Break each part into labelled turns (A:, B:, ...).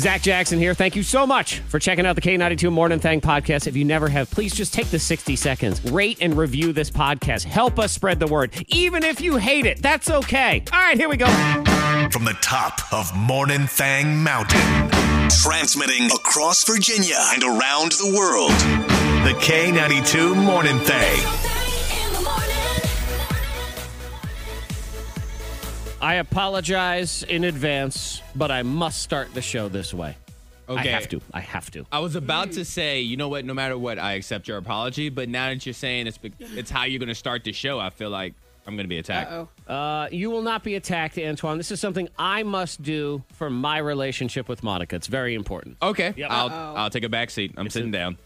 A: Zach Jackson here. Thank you so much for checking out the K92 Morning Thang podcast. If you never have, please just take the 60 seconds, rate and review this podcast. Help us spread the word. Even if you hate it, that's okay. All right, here we go.
B: From the top of Morning Thang Mountain, transmitting across Virginia and around the world. The K92 Morning Thang.
A: I apologize in advance, but I must start the show this way.
C: Okay.
A: I have to. I have to. Uh,
C: I was about to say, you know what? No matter what, I accept your apology. But now that you're saying it's be- it's how you're going to start the show, I feel like I'm going to be attacked.
D: Oh,
A: Uh, you will not be attacked, Antoine. This is something I must do for my relationship with Monica. It's very important.
C: Okay,
A: Yep.
C: I'll
D: Uh-oh.
C: I'll take a back seat. I'm sitting down.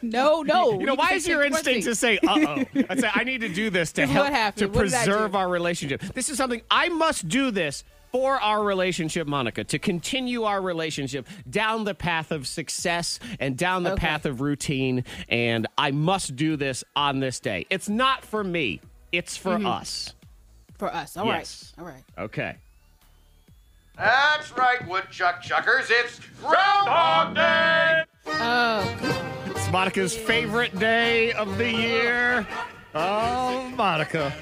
D: no, no.
A: You know, why is your instinct to say, uh oh? I say, I need to do this to
D: What
A: help to
D: happened? What did I
A: preserve
D: do?
A: our relationship. This is something I must do this for our relationship, Monica, to continue our relationship down the path of success and down the
D: Okay.
A: path of routine. And I must do this on this day. It's not for me, it's for
D: Mm-hmm.
A: us.
D: For us. All right.
A: Yes.
D: All right.
A: Okay.
E: That's right, woodchuck chuckers. It's Groundhog Day.
D: Oh, God.
A: It's Monica's favorite day of the year. Oh, Monica.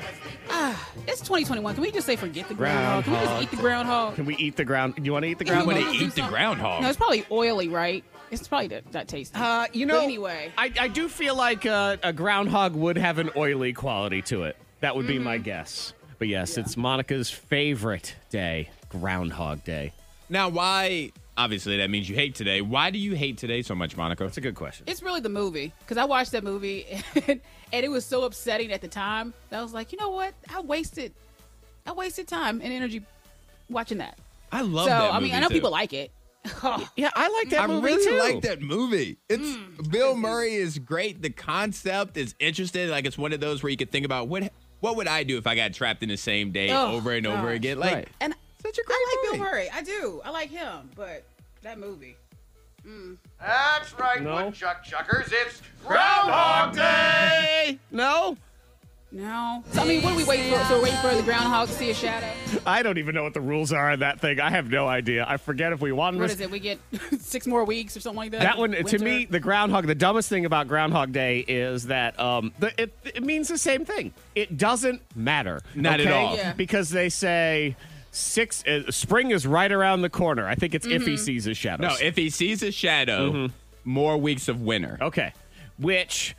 D: it's 2021. Can we just say forget the groundhog? Can we just
A: Groundhog.
D: eat the groundhog?
A: Can we eat the ground? Do you want to eat the
C: I'm
A: ground?
D: Ew.
C: going
D: Well,
C: to
D: do
C: eat the
D: something.
C: groundhog.
D: No, it's probably oily, right? It's probably that, that tasty.
A: Uh, you know,
D: But anyway,
A: I, I do feel like uh, a groundhog would have an oily quality to it. That would be my guess. But yes, it's Monica's favorite day, Groundhog Day.
C: now, why? Obviously, that means you hate today. Why do you hate today so much, Monica?
A: That's a good question.
D: it's really the movie because I watched that movie and, and it was so upsetting at the time. That I was like, you know what? I wasted, I wasted time and energy watching that.
C: I love
D: so
C: that
D: I
C: movie.
D: mean, I know
C: too.
D: people like it.
A: yeah, I like that
C: I
A: movie
C: really
A: too.
C: like that movie. It's
D: Hmm.
C: Bill Murray is great. The concept is interesting. Like it's one of those where you could think about what what would I do if I got trapped in the same day
D: Oh,
C: over and over
D: gosh.
C: again. Like
A: Right.
D: and
C: such a great
D: I like
C: movie.
D: Bill Murray. I do. I like him, but that movie.
E: That's right,
A: No.
E: woodchuck chuckers. It's Groundhog Day.
A: No,
D: No. So I mean, what are we waiting for? So we're waiting for the groundhog to see a shadow.
A: I don't even know what the rules are on that thing. I have no idea. I forget if we won.
D: What is it? We get six more weeks or something like that.
A: That one, to
D: Winter.
A: me, the groundhog. The dumbest thing about Groundhog Day is that um, the, it, it means the same thing. It doesn't matter,
C: Not at
A: okay?
C: all.
D: Yeah.
A: because they say six. Uh, spring is right around the corner. I think it's if he sees his shadows.
C: No, if he sees a shadow, more weeks of winter.
A: okay, which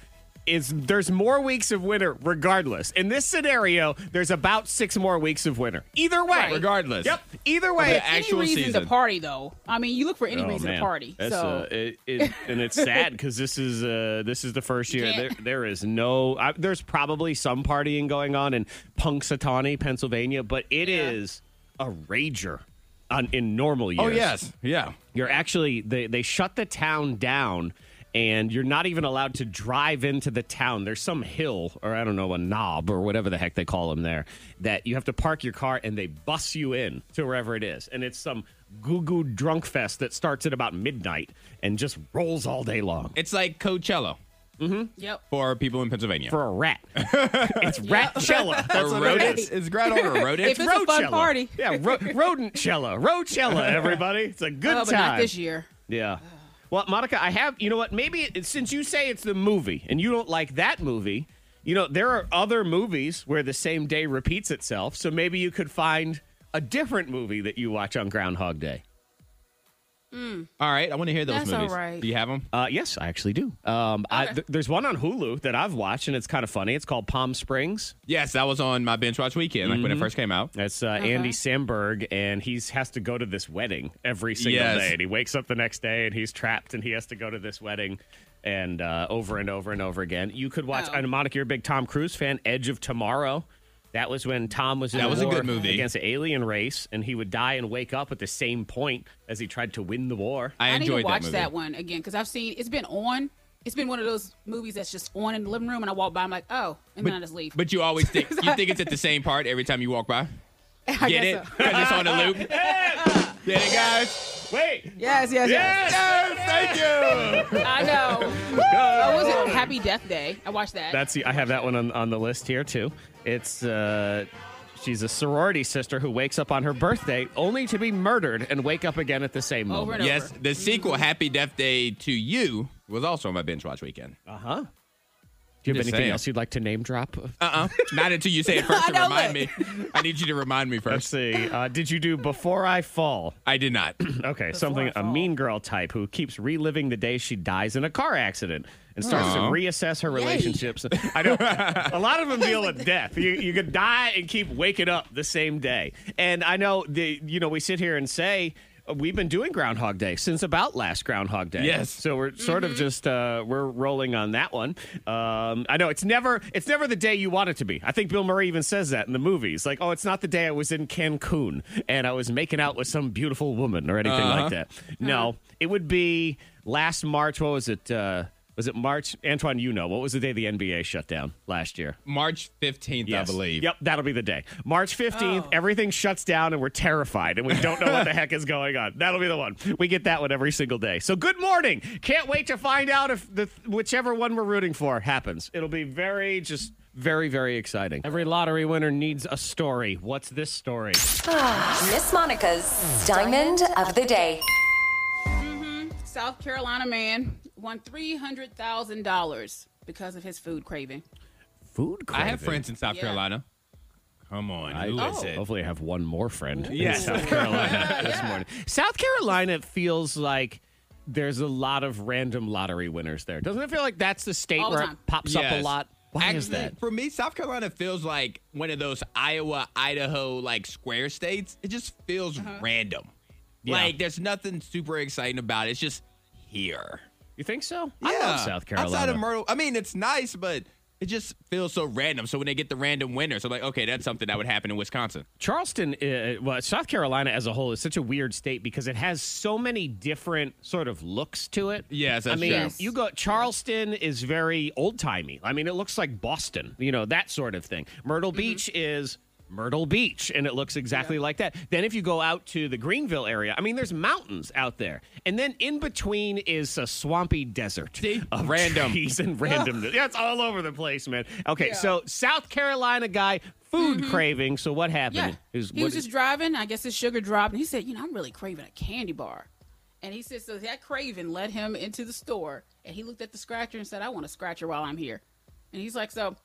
A: is there's more weeks of winter regardless. In this scenario, there's about six more weeks of winter. Either way,
D: Right.
C: Regardless.
A: Yep. Either way,
C: the
A: it's-
D: Any
C: actual
D: reason
C: season.
D: to party, though. I mean, you look for any
A: Oh,
D: reason
A: man.
D: to party.
A: That's,
D: so
A: uh, it- it- and it's sad because this is uh, this is the first year.
D: Yeah.
A: There, there is no. I, there's probably some partying going on in Punxsutawney, Pennsylvania, but it
D: Yeah.
A: is a rager on, in normal years.
C: Oh yes. Yeah.
A: You're actually they they shut the town down and you're not even allowed to drive into the town. There's some hill or I don't know a knob or whatever the heck they call them there that you have to park your car and they bus you in to wherever it is. And it's some goo goo drunk fest that starts at about midnight and just rolls all day long.
C: It's like Coachella
D: yep.
C: for people in Pennsylvania.
A: For a rat. it's ratchella.
C: or
A: That's what it
C: rodents.
A: is.
C: It's right on a rodent.
D: If it's a fun
A: Roachella.
D: party.
A: Yeah, ro- rodentchella. Roachella, everybody. It's a good
D: Oh, but
A: time.
D: not this year.
A: Yeah. Well, Monica, I have, you know what? Maybe it, since you say it's the movie and you don't like that movie, you know, there are other movies where the same day repeats itself. So maybe you could find a different movie that you watch on Groundhog Day.
C: all right, I want to hear those
D: That's all
C: movies.
D: right.
C: Do you have them?
A: Uh, yes, I actually do. Um, I,
D: Okay.
A: th- there's one on Hulu that I've watched and it's kind of funny. It's called Palm Springs.
C: Yes, that was on my binge watch weekend, like when it first came out.
A: That's uh, Andy Samberg, and he's has to go to this wedding every single
C: Yes.
A: day. And he wakes up the next day, and he's trapped, and he has to go to this wedding, and uh, over and over and over again. You could watch.
D: Oh.
A: And Monica, you're a big Tom Cruise fan. Edge of Tomorrow. That was when Tom was in
C: That
A: the
C: was a
A: war
C: good movie.
A: against the alien race, and he would die and wake up at the same point as he tried to win the war.
C: I,
D: I, need
C: enjoyed
D: to watch
C: that
D: that,
C: movie.
D: one again because I've seen it's been on. It's been one of those movies that's just on in the living room, and I walk by, I'm like, oh, and then I just leave.
C: But you always think you think it's at the same part every time you walk by.
D: I
C: Get it?
D: guess so.
C: Because it's on a loop. Get it, guys?
A: Wait,
D: Yes, yes, yes.
C: Yes, thank you.
D: I know. oh, what was it Happy Death Day? I watched that.
A: That's the, I have that one on, on the list here too. It's uh, She's a sorority sister who wakes up on her birthday only to be murdered and wake up again at the same
D: Over
A: moment.
D: and
C: Yes, the sequel, Happy Death Day to You, was also on my binge watch weekend.
A: Uh huh. Do you have
C: Just
A: anything
C: saying.
A: else you'd like to name drop?
C: Uh-uh. Not until you say it first
D: I
C: and
D: know,
C: remind me.
D: look.
C: I need you to remind me
A: Let's
C: first.
A: see. Uh, did you do Before I Fall?
C: I did not.
A: Okay, something
D: I
A: a
D: Fall.
A: mean girl type who keeps reliving the day she dies in a car accident and starts
C: Aw.
A: to reassess her relationships. I don't. A lot of them deal with death. You you could die and keep waking up the same day. And I know the you know we sit here and say. uh, We've been doing Groundhog Day since about last Groundhog Day.
C: Yes.
A: so we're sort of just uh, we're rolling on that one. Um, I know it's never it's never the day you want it to be. I think Bill Murray even says that in the movies. Like, oh, it's not the day I was in Cancun and I was making out with some beautiful woman or anything
C: Uh-huh.
A: like that. No, it would be last March. What was it? Uh, was it March? Antoine, you know. What was the day the NBA shut down last year?
C: March 15th,
A: Yes.
C: I believe.
A: Yep, that'll be the day. March 15th, everything shuts down and we're terrified and we don't know what the heck is going on. That'll be the one. We get that one every single day. So good morning. Can't wait to find out if the whichever one we're rooting for happens. It'll be very just very very exciting. Every lottery winner needs a story. What's this story?
F: Miss Monica's Diamond of the Day.
D: South Carolina man won three hundred thousand dollars because of his food craving.
A: Food
C: I have friends in South
D: Yeah.
C: Carolina. Come on.
A: I
C: who is
D: Oh.
C: it?
A: Hopefully, I have one more friend
C: Yeah.
A: in South Carolina this morning. South Carolina feels like there's a lot of random lottery winners there. Doesn't it feel like that's the state
D: All the
A: where it
D: time.
A: pops up a
C: Yes.
A: lot? Why is
C: Actually,
A: that?
C: For me, South Carolina feels like one of those Iowa, Idaho like square states. It just feels
A: Uh-huh.
C: random.
A: Yeah.
C: Like there's nothing super exciting about it. It's just here. uh,
A: You think so? I love South Carolina.
C: Outside of Myrtle, I mean, it's nice, but it just feels so random. So when they get the random winners, I'm like, okay, that's something that would happen in Wisconsin.
A: Charleston, uh, well, South Carolina as a whole is such a weird state because it has so many different sort of looks to it.
C: Yes,
A: I
C: that's
A: mean,
C: true.
A: you go. Charleston is very old timey. I mean, it looks like Boston, you know, that sort of thing.
C: Mm-hmm.
A: Myrtle Beach is Myrtle Beach, and it looks exactly like that. Then if you go out to the Greenville area, I mean, there's mountains out there, and then in between is a swampy desert
C: See?
A: of
C: Random.
A: trees and randomness. That's all over the place, man. Okay, so South Carolina guy. Food craving. So what happened?
D: Yeah,
A: It was-
D: he was
A: what-
D: just driving. I guess his sugar dropped, and he said, "You know, I'm really craving a candy bar." And he said, "So that craving led him into the store, and he looked at the scratcher and said, "I want a scratcher while I'm here." And he's like, "So,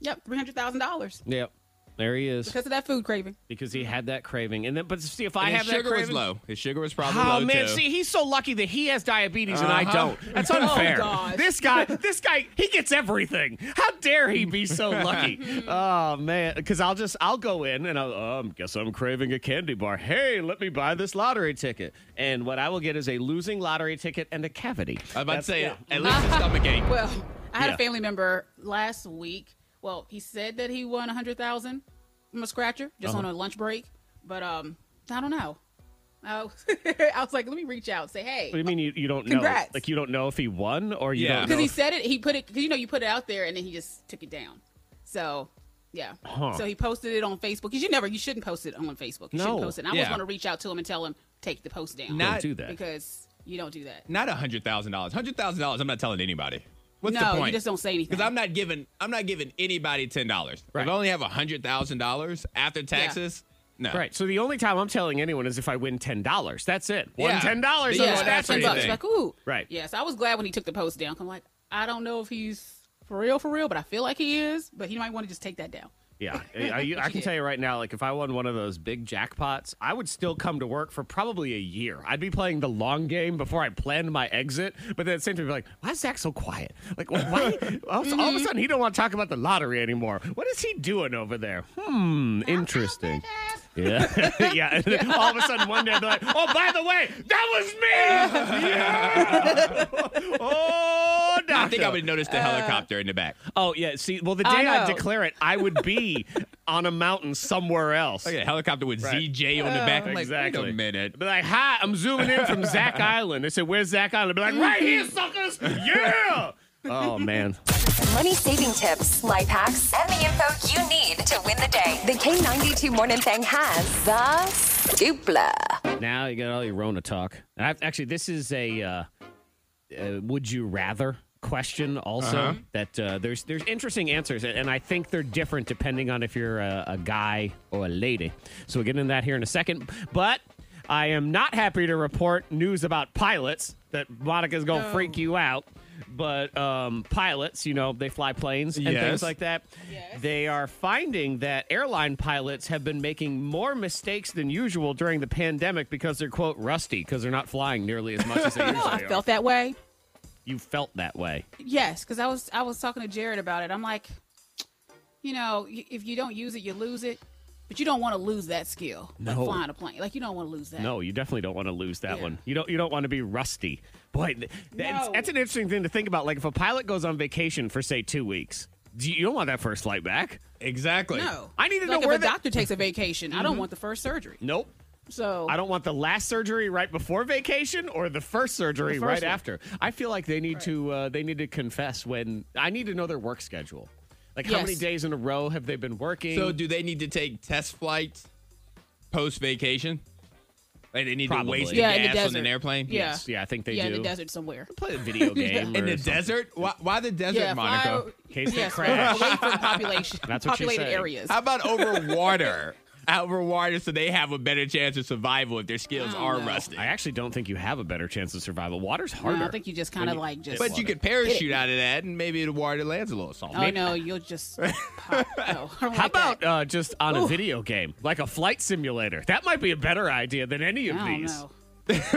D: yep, three hundred thousand dollars
A: Yep. There he is
D: because of that food craving."
A: because he had that craving, and then but see if I
C: And
A: have
C: his
A: that
C: sugar
A: craving.
C: was low. His sugar was probably
A: Oh
C: low
A: man,
C: too.
A: see Uh-huh. Oh, he's so lucky that he has diabetes and I don't. That's unfair.
D: gosh.
A: this guy, this guy, he gets everything. How dare he be so lucky? oh man, because I'll just I'll go in and I'll um, guess I'm craving a candy bar. Hey, let me buy this lottery ticket, and what I will get is a losing lottery ticket and a cavity. Uh-huh.
C: I'm about to say,
A: yeah.
C: at least his stomach ache.
D: Well, I had
A: Yeah.
D: a family member last week. Well, he said that he won a hundred thousand from a scratcher
A: Uh-huh.
D: just on a lunch break, but um, I don't know. I was, I was like, let me reach out, say, hey,
A: What do you mean you, you don't know?
D: Congrats.
A: Like you don't know if he won or you
C: Yeah.
A: don't know
D: because he
A: if-
D: said it. He put it because you know you put it out there, and then he just took it down. So yeah, so he posted it on Facebook because you never you shouldn't post it on Facebook. You
A: No.
D: shouldn't post it. And I
C: Yeah.
D: was going to reach out to him and tell him take the post down
C: Not-
A: don't do that.
D: because you don't do that.
C: Not a hundred thousand dollars. Hundred thousand dollars. I'm not telling anybody. What's
D: no,
C: the point?
D: you just don't say anything.
C: Because I'm not giving I'm not giving anybody ten dollars.
A: Right.
C: If I only have hundred thousand dollars after taxes, no.
A: Right. So the only time I'm telling anyone is if I win ten dollars. That's it. One
C: Yeah.
A: ten dollars.
C: Yeah,
A: Yeah, that's
C: that's
D: ten
C: what
D: bucks.
C: you
A: anything.
C: think.
D: Like ooh,
A: Right.
D: Yes, I was glad when he took the post down. I'm like, I don't know if he's for real, for real, but I feel like he is. But he might want to just take that down.
A: Yeah, I, I- I can tell you right now. Like if I won one of those big jackpots, I would still come to work for probably a year. I'd be playing the long game before I planned my exit. But then at the same time, be like, why is Zach so quiet? Like wh- why? all, all of a sudden, he don't want to talk about the lottery anymore. What is he doing over there? Hmm, interesting. Yeah, yeah. And then all of a sudden, one day, they're like, "Oh, by the way, that was me." Yeah! oh, doctor.
C: I think I would
D: Uh,
C: notice the helicopter in the back.
A: Oh yeah. See, well, the day
D: I
A: I,
D: know.
A: declare it, I would be on a mountain somewhere else.
C: Look at a helicopter with
A: Right.
C: ZJ on the
D: Uh,
C: back. I'm like,
A: Exactly.
C: Wait a minute.
A: Be like, hi, I'm zooming in from Zach Island. They said, "Where's Zach Island?" Be like, "Right here, suckers." Yeah. Oh man.
F: Money saving tips, life hacks, and the info you need to win the day. The K92 Morning Thing has the scoopla.
A: Now you got all your Rona talk. And I've, actually, this is a uh, uh, would you rather question also that uh, there's there's interesting answers and- and I think they're different depending on if you're a, a guy or a lady. So we'll get into that here in a second. But I am not happy to report news about pilots that Monica's gonna freak you out. But um, pilots, you know, they fly planes and
C: Yes.
A: things like that.
D: Yes.
A: They are finding that airline pilots have been making more mistakes than usual during the pandemic because they're quote rusty because they're not flying nearly as much as they
D: You know, I
A: usually are.
D: felt that way.
A: You felt that way.
D: Yes, because I was I was talking to Jared about it. I'm like, you know, y- if you don't use it, you lose it. But you don't want to lose that skill. No.
A: No.
D: Like flying a plane, like you don't want to lose that.
A: No, you definitely don't want to lose that
D: Yeah.
A: one. You don't. You don't want to be rusty. Boy, th- that's,
D: No.
A: that's an interesting thing to think about. Like if a pilot goes on vacation for say two weeks, do you, you don't want that first flight back.
C: Exactly.
D: No.
A: I need to
D: like
A: know
D: if
A: where
D: a
A: the-
D: doctor takes a vacation. I don't want the first surgery.
A: Nope.
D: So
A: I don't want the last surgery right before vacation or the first surgery
D: The
A: right
D: first one.
A: after. I feel like they need to uh, they need to confess when I need to know their work schedule. Like how
D: Yes.
A: many days in a row have they been working?
C: So do they need to take test flights post vacation? Like they need
A: Probably.
C: to waste the
D: Yeah, in the
C: gas on
D: desert.
C: an airplane?
D: Yeah.
A: yeah, I think they
D: yeah,
A: do.
D: in the desert somewhere.
A: Play a video game
C: In
A: or
C: the
A: something.
C: desert? Why, why the desert,
D: yeah, fly
C: Monica?
D: o-
A: case they
D: yes,
A: crash.
D: away from population.
A: That's what she's
D: populated
A: saying.
D: areas.
C: How about over water? over water, so they have a better chance of survival if their skills
D: I don't
C: are
D: know.
C: rusty.
A: I actually don't think you have a better chance of survival. Water's harder.
D: no, I think you just kind of like just.
C: But you could parachute out of that, and maybe the water lands a little soft.
D: Oh no, you'll just. pop. No, I don't
A: How
D: like that.
A: about uh, just on a video game, like a flight simulator? That might be a better idea than any of
D: I don't
A: these.
D: know.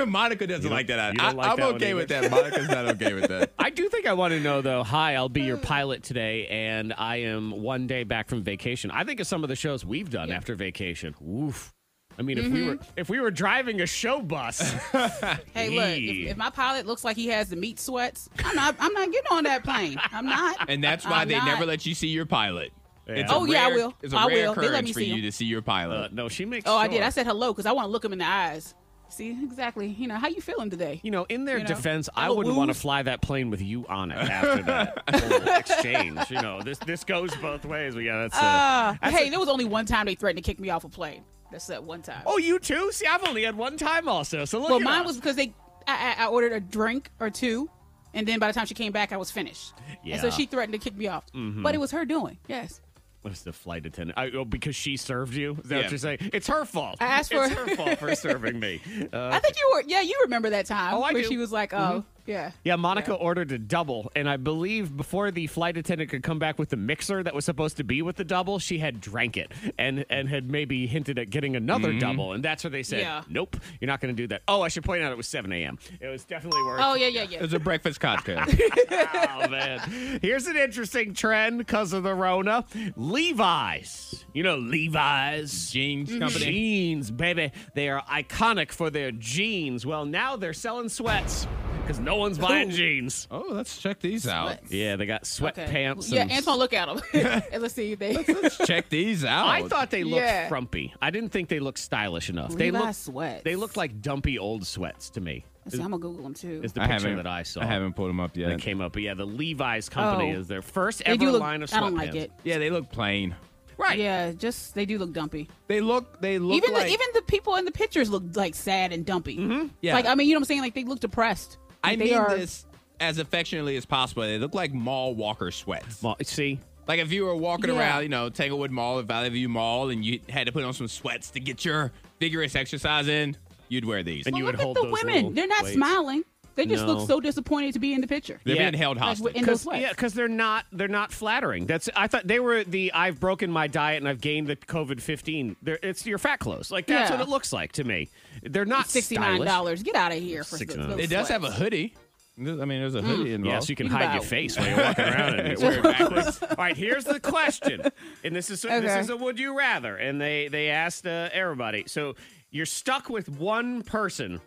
C: Monica doesn't like that.
A: you don't like
C: I, am
A: that one
C: okay with
A: either.
C: that. Monica's not okay with that.
A: I do think I want to know though. Hi, I'll be your pilot today, and I am one day back from vacation. I think of some of the shows we've done after vacation. Woof. I mean, if we
D: Mm-hmm.
A: were if we were driving a show bus,
D: Hey, look,
A: Yee.
D: if, if my pilot looks like he has the meat sweats, I'm not. I'm not getting on that plane. I'm not.
C: And that's why
D: I'm
C: they
D: not.
C: never let you see your pilot. It's a
D: Oh, yeah, I
C: rare-
D: will.
C: It's a
D: I
C: rare
D: will. They let
C: occurrence
D: me
C: for
D: see
C: you
D: him.
C: to see your pilot.
A: uh, no, she makes.
D: Oh, I did.
A: sure.
D: I said hello because I want to look him in the eyes. See exactly. You know how you feeling today?
A: You know, in their
D: You know? Oh,
A: defense, I
D: Little
A: wouldn't want to
D: woos.
A: fly that plane with you on it after that whole exchange. You know, this this goes both ways. We got that's. Uh,
D: Uh, hey, there was only one time they threatened to kick me off a plane. That's that one time.
A: oh, you too? See, I've only had one time also. So look.
D: well,
A: at
D: mine
A: us.
D: was because they. I, I I ordered a drink or two, and then by the time she came back, I was finished. And
A: Yeah. Mm-hmm.
D: so she threatened to kick me off, but it was her doing. Yes.
A: What is the flight attendant? I, oh, because she served you? Is that
C: Yeah.
A: what you're saying? It's her fault.
D: I asked
A: it's
D: for-
A: her fault for serving me. Uh,
D: I think you were. Yeah, you remember that time
A: Oh, I
D: where
A: do.
D: she was like, "Oh, yeah."
A: yeah, Monica ordered a double, and I believe before the flight attendant could come back with the mixer that was supposed to be with the double, she had drank it and and had maybe hinted at getting another double, and that's where they said,
D: Mm-hmm. Yeah.
A: "Nope, you're not going to do that." Oh, I should point out it was 7 a.m. It was definitely worth.
D: Oh yeah, yeah, yeah.
C: It was a breakfast cocktail.
A: Oh, man. Here's an interesting trend because of the Rona. Levi's. You know, Levi's.
C: Jeans company.
A: Jeans, baby. They are iconic for their jeans. Well, now they're selling sweats because no one's buying jeans.
C: oh, let's check these out.
D: Sweats.
A: Yeah, they got
D: Okay.
A: sweatpants.
D: Yeah,
A: and
D: Antoine, look at them. and let's see if they.
C: Let's check these out.
A: I thought they looked
D: Yeah.
A: frumpy. I didn't think they looked stylish enough. they
D: Levi's
A: look
D: sweats.
A: They looked like dumpy old sweats to me.
D: Let's see, I'm gonna Google them too.
A: Is the picture that I saw
C: I haven't pulled them up yet.
A: that came up? But yeah, the Levi's company
D: Oh.
A: is their first
D: They
A: ever
D: do look.
A: line of sweatpants.
D: I don't like it.
C: Yeah, they look plain.
A: Right.
D: Yeah, just they do look dumpy.
C: They look. They look
D: even
C: like.
D: the, even the people in the pictures look like sad and dumpy. Mm-hmm.
C: Yeah.
D: Like I mean, you know what I'm saying? Like they look depressed.
C: I
D: Like, they
C: mean
D: are,
C: this as affectionately as possible. They look like mall walker sweats.
A: Well, see,
C: Like if you were walking
D: Yeah.
C: around, you know, Tanglewood Mall or Valley View Mall, and you had to put on some sweats to get your vigorous exercise in, you'd wear these.
A: And
D: But
A: you would
D: look at
A: hold
D: the
A: those little
D: women. They're not
A: weights.
D: smiling. They just
A: No.
D: look so disappointed to be in the picture.
C: They're
A: Yeah.
C: being held
D: Like,
C: hostage.
D: in those
A: Cause,
D: sweats.
A: yeah, because they're not they're not flattering. That's I thought they were the I've broken my diet and I've gained the COVID fifteen. It's your fat clothes. Like that's
D: Yeah.
A: what it looks like to me. They're not
D: Sixty nine
A: stylish.
D: dollars. Get out of here for
A: $69.
D: those
C: it does have a
D: sweats. Mm.
C: hoodie. I mean, there's a hoodie involved.
A: Yeah, so you can
D: You
A: hide
D: buy
A: your
D: it.
A: face while you're walking around and wear it backwards. All right, here's the question, and this is this
D: Okay.
A: is a would you rather, and they they asked uh, everybody. So you're stuck with one person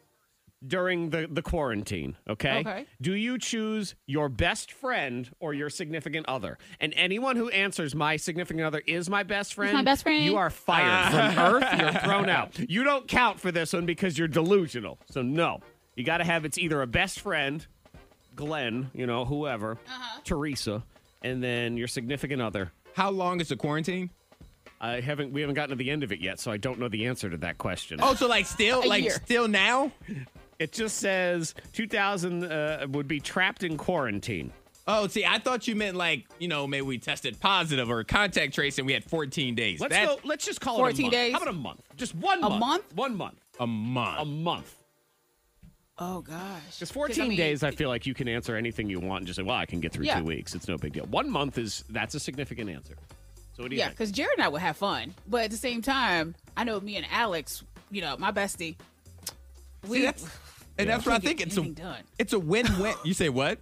A: during the the quarantine. Okay?
D: Okay.
A: Do you choose your best friend or your significant other? And anyone who answers my significant other is my best friend.
D: my best friend.
A: You are fired from Earth. You're thrown out. You don't count for this one because you're delusional. So no, you got to have it's either a best friend, Glenn, you know, whoever,
D: Uh-huh.
A: Teresa, and then your significant other.
C: How long is the quarantine?
A: I haven't. We haven't gotten to the end of it yet, so I don't know the answer to that question.
C: Oh, so like still,
D: A
C: like
D: year.
C: still now?
A: It just says 2000 uh, would be trapped in quarantine.
C: Oh, see, I thought you meant like, you know, maybe we tested positive or contact trace and we had 14 days.
A: Let's
C: That's
A: go. Let's just call it a
D: 14
A: month.
D: days?
A: How about a month? Just one
D: A
A: month.
D: month?
A: One month.
C: a month.
A: A month.
D: Oh gosh.
A: Because
D: 'Cause, I
A: 14
D: mean,
A: days, I feel like you can answer anything you want and just say, well, I can get through
D: Yeah.
A: two weeks. It's no big deal. One month is, that's a significant answer. So what do you
D: Yeah,
A: think?
D: because Jared and I would have fun, but at the same time, I know me and Alex, you know, my bestie.
C: See, that's, and that's what I
D: Can't
C: think.
D: get
C: It's a,
D: anything done.
C: it's a win-win. you say what?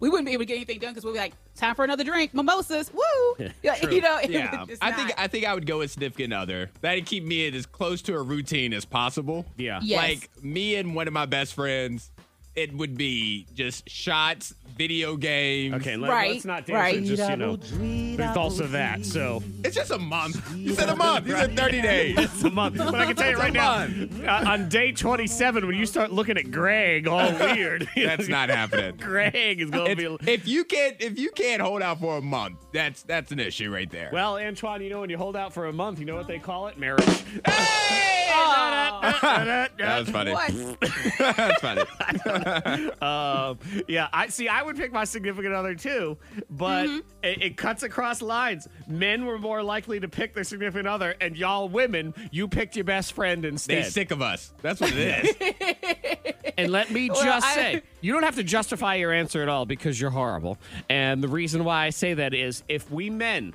D: We wouldn't be able to get anything done because we'd be like, time for another drink, mimosas, woo! Yeah, you know, it
A: Yeah.
D: would just
C: Um, I think
D: not-
C: I think I would go with significant other. That'd keep me in as close to a routine as possible.
A: Yeah.
D: Yes.
C: Like me and one of my best friends, it would be just shots, video games.
A: Okay, let,
D: Right,
A: let's not dance
D: right.
A: it, just, you know, there's also that. So
C: It's just a month. You said a month. You said 30 days.
A: it's a month. But I can tell you
C: It's a
A: right now, uh, on day 27, when you start looking at Greg all weird,
C: That's not happening.
A: Greg is going to
C: It's-
A: be.
C: if you can't if you can't hold out for a month, that's that's an issue right there.
A: Well, Antoine, you know, when you hold out for a month, you know what they call it? Marriage.
C: that was funny.
D: What?
C: that's funny.
A: Um, yeah, I see. I would pick my significant other too, but it, it cuts across lines. Men were more likely to pick their significant other, and y'all women, you picked your best friend
C: They
A: instead.
C: sick of us. That's what it is.
A: and let me
D: Well,
A: just
D: I-
A: say, you don't have to justify your answer at all because you're horrible. And the reason why I say that is, if we men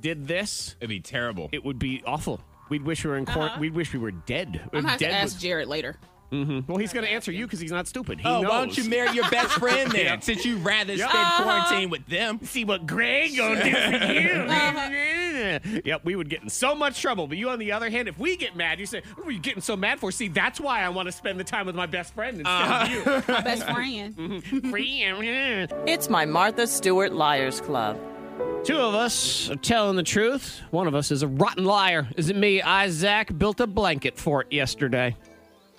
A: did this,
C: It'd be terrible.
A: it would be awful. We'd wish we were in court. We'd wish we were dead.
D: Uh-huh. I'm gonna have to
A: Dead
D: ask
A: would- Mm-hmm.
D: Jared later.
A: well, he's going to answer you because he's not stupid. He
C: oh,
A: knows.
C: why don't you marry your best friend then? Since you rather spend quarantine with them.
A: see what Greg gonna do for you. yep, we would get in so much trouble. But you, on the other hand, if we get mad, you say, "What are you getting so mad for?" See, that's why I want to spend the time with my best friend instead of
D: My best friend.
A: you. Free.
G: It's my Martha Stewart Liars Club.
A: Two of us are telling the truth. One of us is a rotten liar. Is it me? Isaac built a blanket fort yesterday.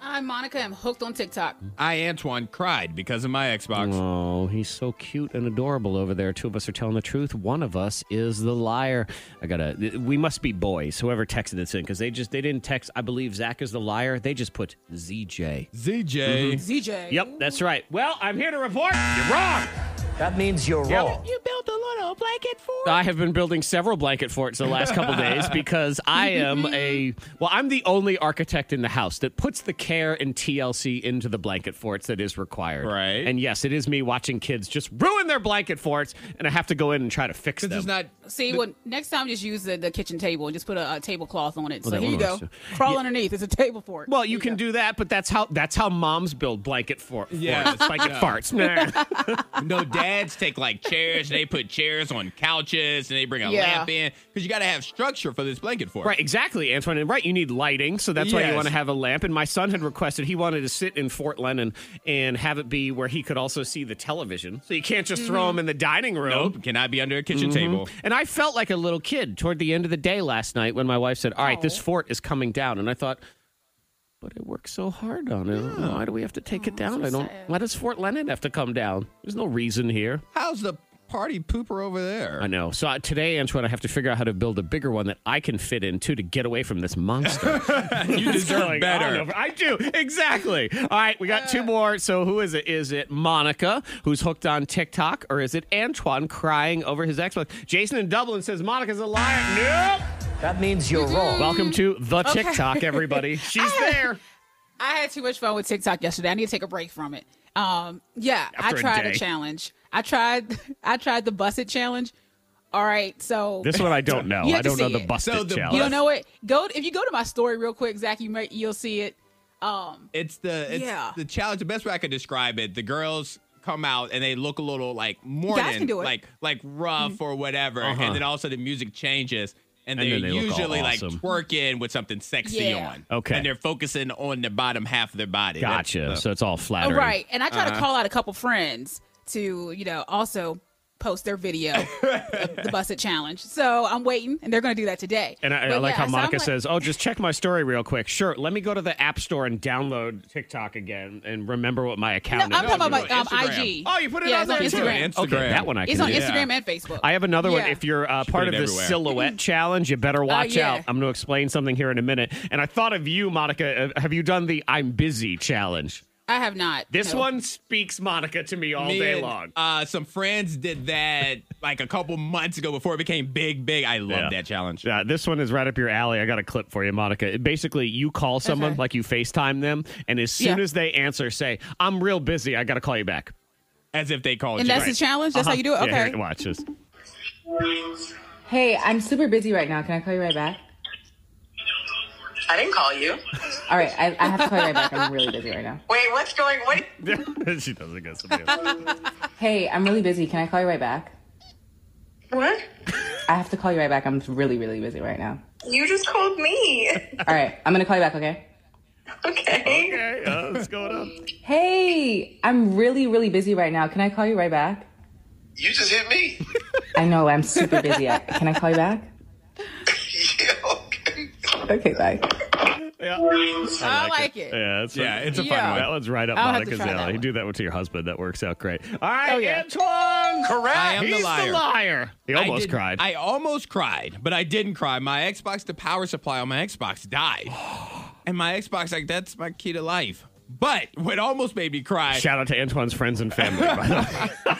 D: I'm Monica. I'm hooked on TikTok.
C: I Antoine cried because of my Xbox.
A: Oh, he's so cute and adorable over there. Two of us are telling the truth. One of us is the liar. I gotta. th- We must be boys. Whoever texted this in because they just they didn't text. I believe Zach is the liar. They just put ZJ.
C: ZJ.
A: mm-hmm.
D: ZJ.
A: Yep, that's right. Well, I'm here to report. You're wrong.
H: That means you're wrong.
A: You built a little blanket fort. I have been building several blanket forts the last couple days because I am a well, I'm the only architect in the house that puts the care and TLC into the blanket forts that is required.
C: Right.
A: And yes, it is me watching kids just ruin their blanket forts, and I have to go in and try to fix them.
C: Because it's not.
D: See, when next time, just use the, the kitchen table and just put a, a tablecloth on it.
A: Well,
D: so
A: that
D: here you
A: one
D: go.
A: works, too.
D: Crawl
A: Yeah.
D: underneath. It's a table for it.
A: Well, you can do that, but that's how that's how moms build blanket fort.
C: Yeah,
A: forts,
C: it's-
A: blanket
C: yeah.
A: farts. Nah.
C: No, dads take like chairs. They put chairs on couches and they bring a
D: Yeah.
C: lamp in because you got to have structure for this blanket fort.
A: Right, exactly, Antoine. And right, you need lighting, so that's why you
C: Yes.
A: want to have a lamp. And my son had requested he wanted to sit in Fort Lennon and have it be where he could also see the television. So you can't just throw him in the dining room.
C: Mm-hmm. Nope. Cannot be under a kitchen
A: Mm-hmm.
C: table.
A: And I felt like a little kid toward the end of the day last night when my wife said, "All right, this
C: Oh.
A: fort is coming down," and I thought. But I worked so hard on it. Why do we have to take
C: Oh,
A: it down? I don't. Why does Fort Lennon have to come down? There's no reason here.
C: How's the party pooper over there?
A: I know. So uh, today, Antoine, I have to figure out how to build a bigger one that I can fit into to get away from this monster.
C: You deserve
A: Going on
C: better.
A: over- I do. Exactly. All right, we got two more. So who is it? Is it Monica, who's hooked on TikTok, or is it Antoine crying over his Xbox? Jason in Dublin says Monica's a liar. Nope.
H: That means you're wrong.
A: Welcome to the TikTok, everybody. She's there.
D: I had too much fun with TikTok yesterday. I need to take a break from it. Um, yeah,
A: After a
D: I tried a,
A: day.
D: challenge. I tried, I tried the busset challenge. All right, so
A: This one I don't know.
D: You have
A: I
D: to
A: don't know
D: see
A: the
D: it.
A: busted
C: So the
A: challenge.
D: you don't know it. Go if you go to my story real quick, Zach. You might you'll see it. Um,
C: It's the it's
D: Yeah.
C: the challenge. The best way I could describe it, the girls come out and they look a little like mourning,
D: can do it. Mm-hmm.
C: like like rough or whatever, and then also the music changes. And,
A: Uh-huh. And
C: they're
A: then they look all
C: usually
A: awesome.
C: like twerking with something sexy
D: Yeah.
C: on.
A: Okay.
C: And they're focusing on the bottom half of their body. That's-
A: Gotcha. So it's all Uh-huh.
D: oh,
A: flattering.
D: right, and I try to call out a couple friends to you know also post their video of the busset challenge. So I'm waiting, and they're going to do that today.
A: And I, I
D: But
A: like
D: yeah,
A: how
D: so I'm
A: Monica
D: like-
A: says, "Oh, just check my story real quick." Sure, let me go to the App Store and download TikTok again and remember what my
D: No,
A: account
D: I'm
A: is.
D: talking about
C: you
D: my,
C: do it.
D: um,
C: Instagram.
D: IG.
A: Oh, you put it
D: yeah,
A: on
D: it's
A: there too.
D: on Instagram.
C: Instagram.
A: Okay, that one I can
D: It's on
A: do.
D: Instagram and Facebook.
A: I have another one.
D: Yeah.
A: If you're uh, part
C: put
A: of
C: it
A: the
C: everywhere.
A: silhouette challenge, you better watch
D: yeah.
A: out. I'm Uh, going to explain something here in a minute. And I thought of you, Monica. Uh, Have you done the "I'm busy" challenge?
D: I have not.
A: This
D: no.
A: one speaks Monica to me all
C: Me
A: day
C: and,
A: long.
C: Uh, some friends did that like a couple months ago before it became big, big. I love
A: Yeah.
C: that challenge.
A: Yeah, this one is right up your alley. I got a clip for you, Monica. It- basically, you call someone
D: Okay.
A: like you FaceTime them, and as soon
D: Yeah.
A: as they answer, say, "I'm real busy. I got to call you back."
C: As if they called
D: And
C: you.
D: that's the challenge. That's how you do it.
A: Uh-huh. Yeah, here
D: Okay.
A: it- watch this.
I: Hey, I'm super busy right now. Can I call you right back?
J: I didn't call you.
I: All right, I, I have to call you right back. I'm really busy right now.
J: Wait, what's going? What?
A: she doesn't get something. else.
I: Hey, I'm really busy. Can I call you right back?
J: What?
I: I have to call you right back. I'm really, really busy right now.
J: You just called me.
I: All right, I'm gonna call you back. Okay.
J: Okay.
A: okay, uh, what's going on?
I: Hey, I'm really, really busy right now. Can I call you right back?
E: You just hit me.
I: I know I'm super busy. I- Can I call you back?
E: yeah, okay.
I: Okay, bye.
D: I like it.
A: Yeah, that's
C: Yeah,
A: fun.
C: it's a
D: Yeah.
C: fun
A: that
C: one.
A: one's right up
D: Oh, I'll have to
A: Monica's
D: try that
A: alley. You
D: one.
A: do that one to your husband. That works out great. All right,
D: Oh, yeah.
A: Antoine. Correct.
C: I am
A: He's
C: the liar.
A: He
C: I
A: almost
C: did-
A: cried.
C: I almost cried, but I didn't cry. My Xbox, the power supply on my Xbox died. and my Xbox, like, that's my key to life. But what almost made me cry,
A: Shout out to Antoine's friends and family. By the way.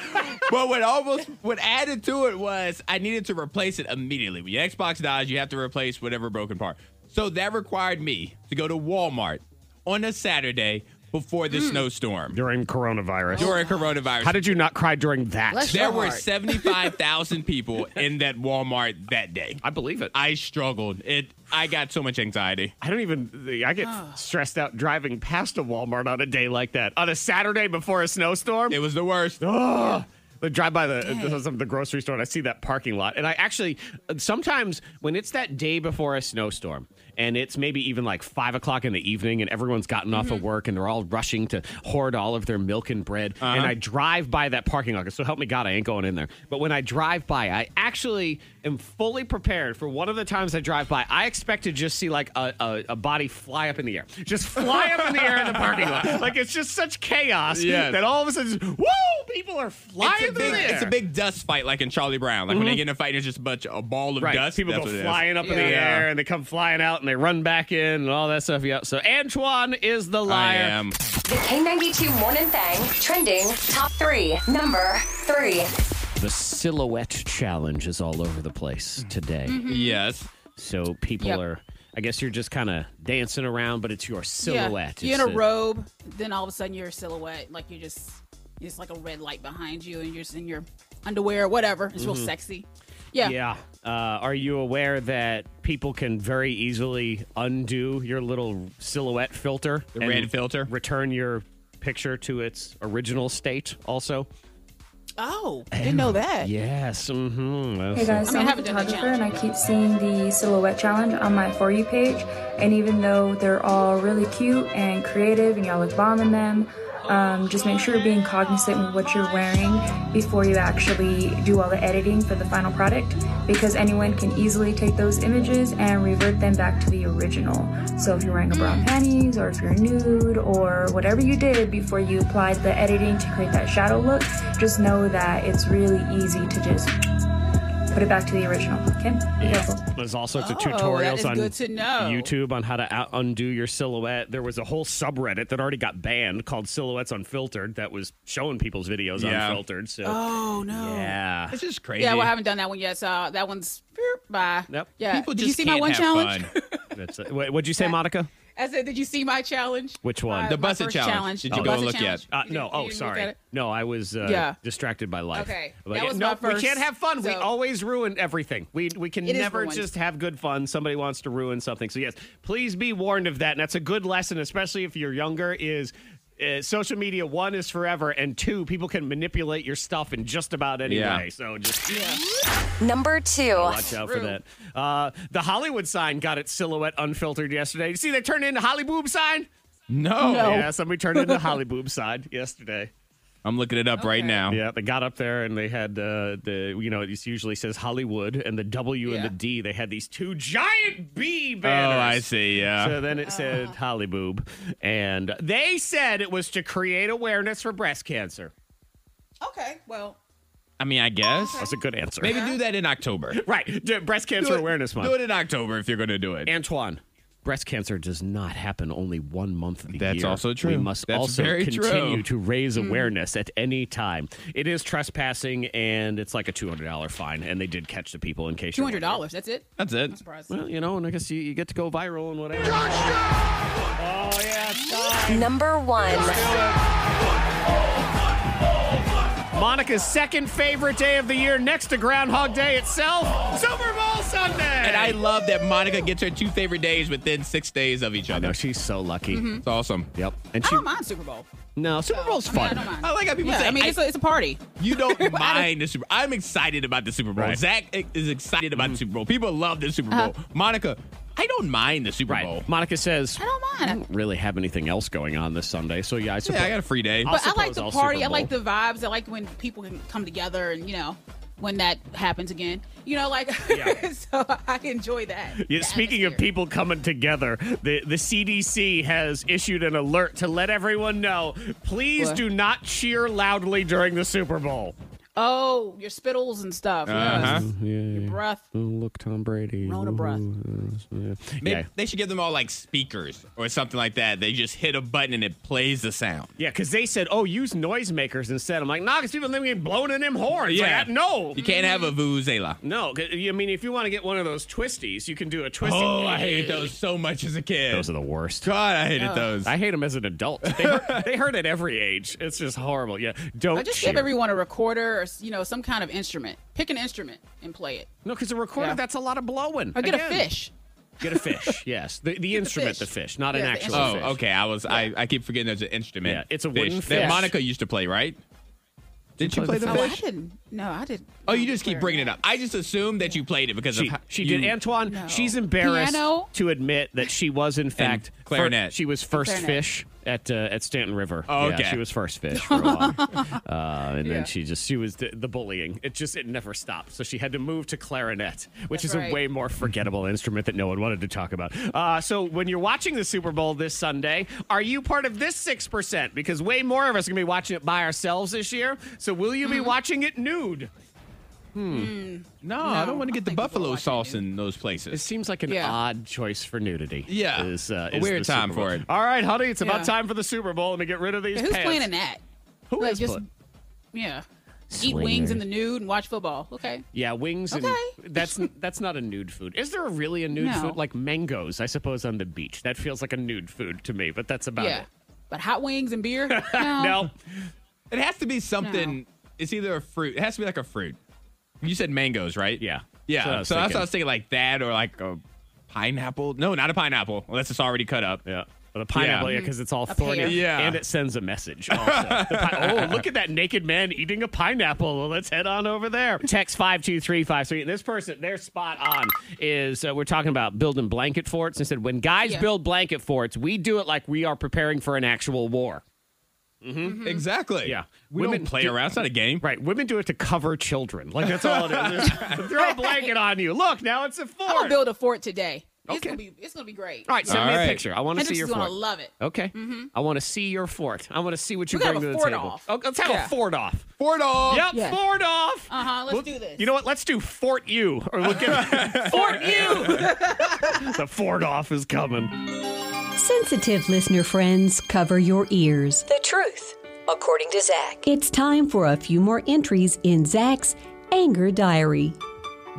C: but what almost, what added to it was I needed to replace it immediately. When your Xbox dies, you have to replace whatever broken part. So that required me to go to Walmart on a Saturday before the snowstorm
A: During coronavirus.
C: during coronavirus.
A: Hmm. How did you not cry during that?
D: Bless
C: there
D: your
C: were
D: heart.
C: 75,000 people in that Walmart that day.
A: I believe it.
C: I struggled. It. I got so much anxiety.
A: I don't even. I get stressed out driving past a Walmart on a day like that on a Saturday before a snowstorm.
C: It was the worst.
A: Ugh. I drive by the, the, the grocery store and I see that parking lot. And I actually, sometimes when it's that day before a snowstorm and it's maybe even like five o'clock in the evening and everyone's gotten off of work and they're all rushing to hoard all of their milk and bread. And I drive by that parking lot. So help me God, I ain't going in there. But when I drive by, I actually am fully prepared for one of the times I drive by. I expect to just see like a, a, a body fly up in the air, just fly up in the air in the parking lot. Like it's just such chaos
C: Yes.
A: that all of a sudden, woo, people are flying
C: It's a,
A: through
C: big,
A: the air.
C: it's a big dust fight, like in Charlie Brown. Like when they get in a fight, it's just a bunch a ball of
A: Right.
C: dust.
A: People
C: That's
A: go
C: what it is.
A: flying up in the
C: Yeah.
A: air and they come flying out and they run back in and all that stuff. Yeah. So Antoine is the
C: I
A: liar.
C: am.
F: The K92 Morning Thang trending top three. Number three.
A: The silhouette challenge is all over the place today.
C: Mm-hmm. Yes.
A: So people
D: Yep.
A: are I guess you're just kind of dancing around, but it's your silhouette.
D: Yeah. You're in
A: It's
D: a robe, then all of a sudden you're a silhouette. Like you're just, it's like a red light behind you, and you're just in your underwear or whatever. It's real sexy. Mm-hmm. Yeah.
A: Yeah. Uh, are you aware that people can very easily undo your little silhouette filter? The
C: red filter?
A: Return your picture to its original state also?
D: Oh, didn't know that.
A: Yes. Mm-hmm.
K: Hey guys,
D: I mean, I
K: I'm a
D: haven't done the
K: photographer
D: challenge.
K: and I keep seeing the silhouette challenge on my For You page. And even though they're all really cute and creative and y'all look bomb in them, um, just make sure you're being cognizant of what you're wearing before you actually do all the editing for the final product because anyone can easily take those images and revert them back to the original. So if you're wearing a bra and panties or if you're nude or whatever you did before you applied the editing to create that shadow look, just know that it's really easy to just put it back to the original. Okay? Be careful.
A: There's all sorts of
D: Oh, that
A: tutorials
D: is
A: on
D: good to know.
A: YouTube on how to out- undo your silhouette. There was a whole subreddit that already got banned called Silhouettes Unfiltered that was showing people's videos
C: Yeah.
A: unfiltered. So,
D: Oh no.
A: yeah.
C: It's just crazy.
D: Yeah, well, I haven't done that one yet, so that one's bye.
A: Yep.
D: Yeah.
C: People
D: did
C: just
D: you see my
C: can't
D: one
C: have
D: challenge?
C: fun.
A: That's it. What- What'd you say, Monica?
D: I said, did you see my challenge?
A: Which one?
D: My-
A: The
D: my
C: busset
D: first
C: challenge.
D: challenge.
C: Did
D: The
C: you go and
D: busset
C: look yet?
D: challenge?
A: Uh,
D: You
A: no.
D: didn't- you
A: Oh,
D: didn't look at
A: sorry.
D: it?
A: No, I was uh,
D: Yeah.
A: distracted by life.
D: Okay.
A: But
D: That
A: yeah,
D: was
A: no,
D: my
A: we
D: first,
A: can't have fun. We
D: so-
A: always ruin everything. We we can
D: It is
A: never
D: ruined.
A: just have good fun. Somebody wants to ruin something. So yes, please be warned of that. And that's a good lesson, especially if you're younger. Is uh, social media one is forever, and two people can manipulate your stuff in just about any
C: Yeah.
A: way. So just
F: Number two.
A: watch out for
D: True.
A: that. Uh, the Hollywood sign got its silhouette unfiltered yesterday. You see, they turned it into Hollyboob sign.
C: No.
D: No.
A: Yeah, somebody turned it into Hollyboob sign yesterday.
C: I'm looking it up right
D: Okay.
C: now.
A: Yeah, they got up there and they had uh, the you know it usually says Hollywood and the W and
D: Yeah.
A: the D. They had these two giant B
C: Oh,
A: banners.
C: I see. Yeah.
A: So
D: Oh.
A: then it said Hollyboob, and they said it was to create awareness for breast cancer.
D: Okay. Well,
C: I mean, I guess.
A: That's a good answer.
C: Maybe do that in October.
A: right, d- breast
C: Do
A: cancer
C: it-
A: awareness month.
C: Do it in October if you're going to do it.
A: Antoine, breast cancer does not happen only one month of the
C: That's
A: year.
C: also true.
A: We must
C: That's
A: also
C: very true.
A: continue to raise
D: Hmm.
C: Mm.
A: awareness at any time. It is trespassing, and it's like a two hundred dollar fine. And they did catch the people in case
D: Two
A: you're
D: hundred dollars. That's it.
C: That's it.
A: Well, you know, and I guess you, you get to go viral and whatever. Oh,
F: Number one.
A: Monica's second favorite day of the year, next to Groundhog Day itself, Super Bowl Sunday.
C: And I love that Monica gets her two favorite days within six days of each other.
A: she's so lucky.
D: Mhm.
C: It's awesome.
A: Yep. And
D: I don't mind Super Bowl.
A: No, Super Bowl's
D: I mean, I
C: fun.
D: don't mind.
C: I like how people
D: yeah,
C: say-
D: I mean,
C: I-
D: it's, a, it's a party.
C: You don't mind the Super. I'm excited about the Super Bowl. Zach is excited about the Super Bowl. People love the Super Bowl. Monica, I don't mind the Super Bowl.
A: Monica says, I
D: don't mind.
A: don't really have anything else going on this Sunday, so yeah, I suppose
C: I got a free day.
A: I'll
D: But I like
A: suppose
D: the
A: I'll
D: party.
A: Super
D: I like
A: Bowl.
D: the vibes. I like when people can come together and, you know, when that happens again. You know, like, so I enjoy that.
A: Yeah, speaking of people coming together, the, the CDC has issued an alert to let everyone know: please
D: What?
A: do not cheer loudly during the Super Bowl.
D: Oh, your spittles and stuff. Yes. Your breath.
C: Oh,
A: Look, Tom Brady.
D: Rona breath.
C: Maybe
A: Yeah,
C: They should give them all like speakers or something like that. They just hit a button and it plays the sound.
A: yeah, because they said, "Oh, use noisemakers instead." I'm like, "Nah, because people think we get blown in them horns." Yeah,
C: Yeah.
A: no,
C: You can't have a vuvuzela.
A: No, 'cause, I mean, if you want to get one of those twisties, you can do a twisty.
C: Oh, I hated those so much as a kid.
A: Those are the worst.
C: God, I hated
A: Oh.
C: those.
A: I hate them as an adult. They hurt, they hurt at every age. It's just horrible. Yeah, don't.
D: I just
A: cheer.
D: give everyone a recorder or, you know, some kind of instrument. Pick an instrument and play it.
A: No, because a recorder
D: Yeah.
A: that's a lot of blowing.
D: Or get a
A: Again.
D: fish.
A: Get a fish. yes, the, the instrument, the fish, not an
D: Yeah, the
A: actual.
C: Oh,
A: fish.
C: okay. I was. I, I keep forgetting there's an instrument.
A: Yeah, it's a
C: Fish
A: wooden
C: that
A: fish.
C: Monica used to play, right? Did you play the
D: oh, I
C: fish?
D: didn't. No, I didn't.
C: Oh, you just keep bringing it up. I just assumed that you played it because
A: She,
C: of how,
A: she
C: you,
A: did. Antoine, she's embarrassed
D: Piano?
A: to admit that she was in fact
C: clarinet.
A: fir- she was first
D: Clarinet.
A: fish at uh, at Stanton River.
C: Oh,
A: Yeah,
C: okay.
A: she was first fish for a while, uh, and then she just she was the, the bullying. It just it never stopped. So she had to move to clarinet, which
D: That's
A: is
D: right.
A: a way more forgettable instrument that no one wanted to talk about. Uh, so when you're watching the Super Bowl this Sunday, are you part of this six percent? Because way more of us are gonna be watching it by ourselves this year. So will you be
D: Mm-hmm.
A: watching it nude?
C: No, I don't want to get the buffalo sauce in those places.
A: It seems like an
C: Yeah.
A: odd choice for nudity.
C: Yeah.
A: Is, uh,
C: A
A: is
C: weird
A: the
C: time
A: Super Bowl.
C: for it.
A: All right, honey, it's
D: Yeah.
A: about time for the Super Bowl. Let me get rid of these
D: Who's
A: pants.
D: playing in that?
A: Who
D: like,
A: is
D: just,
A: playing?
D: Yeah. Eat wings
A: Swingers.
D: in the nude and watch football. Okay.
A: Yeah, wings
D: Okay.
A: and that's that's not a nude food. Is there really a nude
D: No.
A: food like mangoes? I suppose on the beach that feels like a nude food to me, but that's about
D: yeah. Um,
A: it.
D: But hot wings and beer? No.
A: No,
C: It has to be something. It's either a fruit. It has to be like a fruit. You said mangoes, right?
A: Yeah.
C: Yeah.
A: That's what I was
C: so that's what
A: thinking.
C: I was thinking, like that or like a pineapple. No, not a pineapple. Unless it's already cut up.
A: Yeah. The pineapple, yeah, because it's all
D: A
A: thorny,
D: pear.
C: Yeah.
A: and it sends a message. Also. The pi- oh, look at that naked man eating a pineapple. Well, let's head on over there. Text five two three five three. And this person, they're spot on. Is uh, we're talking about building blanket forts, and said when guys
D: Yeah.
A: build blanket forts, we do it like we are preparing for an actual war.
C: Mm-hmm. Exactly.
A: Yeah,
C: We don't play
A: do-
C: around. It's not a game.
A: Right, women do it to cover children. Like that's all it is. Throw a blanket on you. Look, now it's a fort.
D: I'm gonna build a fort today. It's
A: Okay.
D: gonna be it's gonna be great.
A: all right, send
C: All
A: me a
C: right.
A: picture. I want to
D: Hendrix
A: see your
D: is gonna
A: fort.
D: love it.
A: Okay. I want to see your fort. I want to see what you
D: Mm-hmm. We gotta
A: bring to the
D: have a fort
A: table.
D: off.
A: Oh, let's have
D: Yeah.
A: a fort off.
C: Fort off.
A: Yep,
D: Yeah.
A: fort off.
D: Uh huh. Let's
A: We'll-
D: do this.
A: You know what? Let's do Fort U. Or we'll get Fort U. the fort off is coming.
L: Sensitive listener friends, cover your ears.
M: The truth, according to Zach.
L: It's time for a few more entries in Zach's Anger Diary.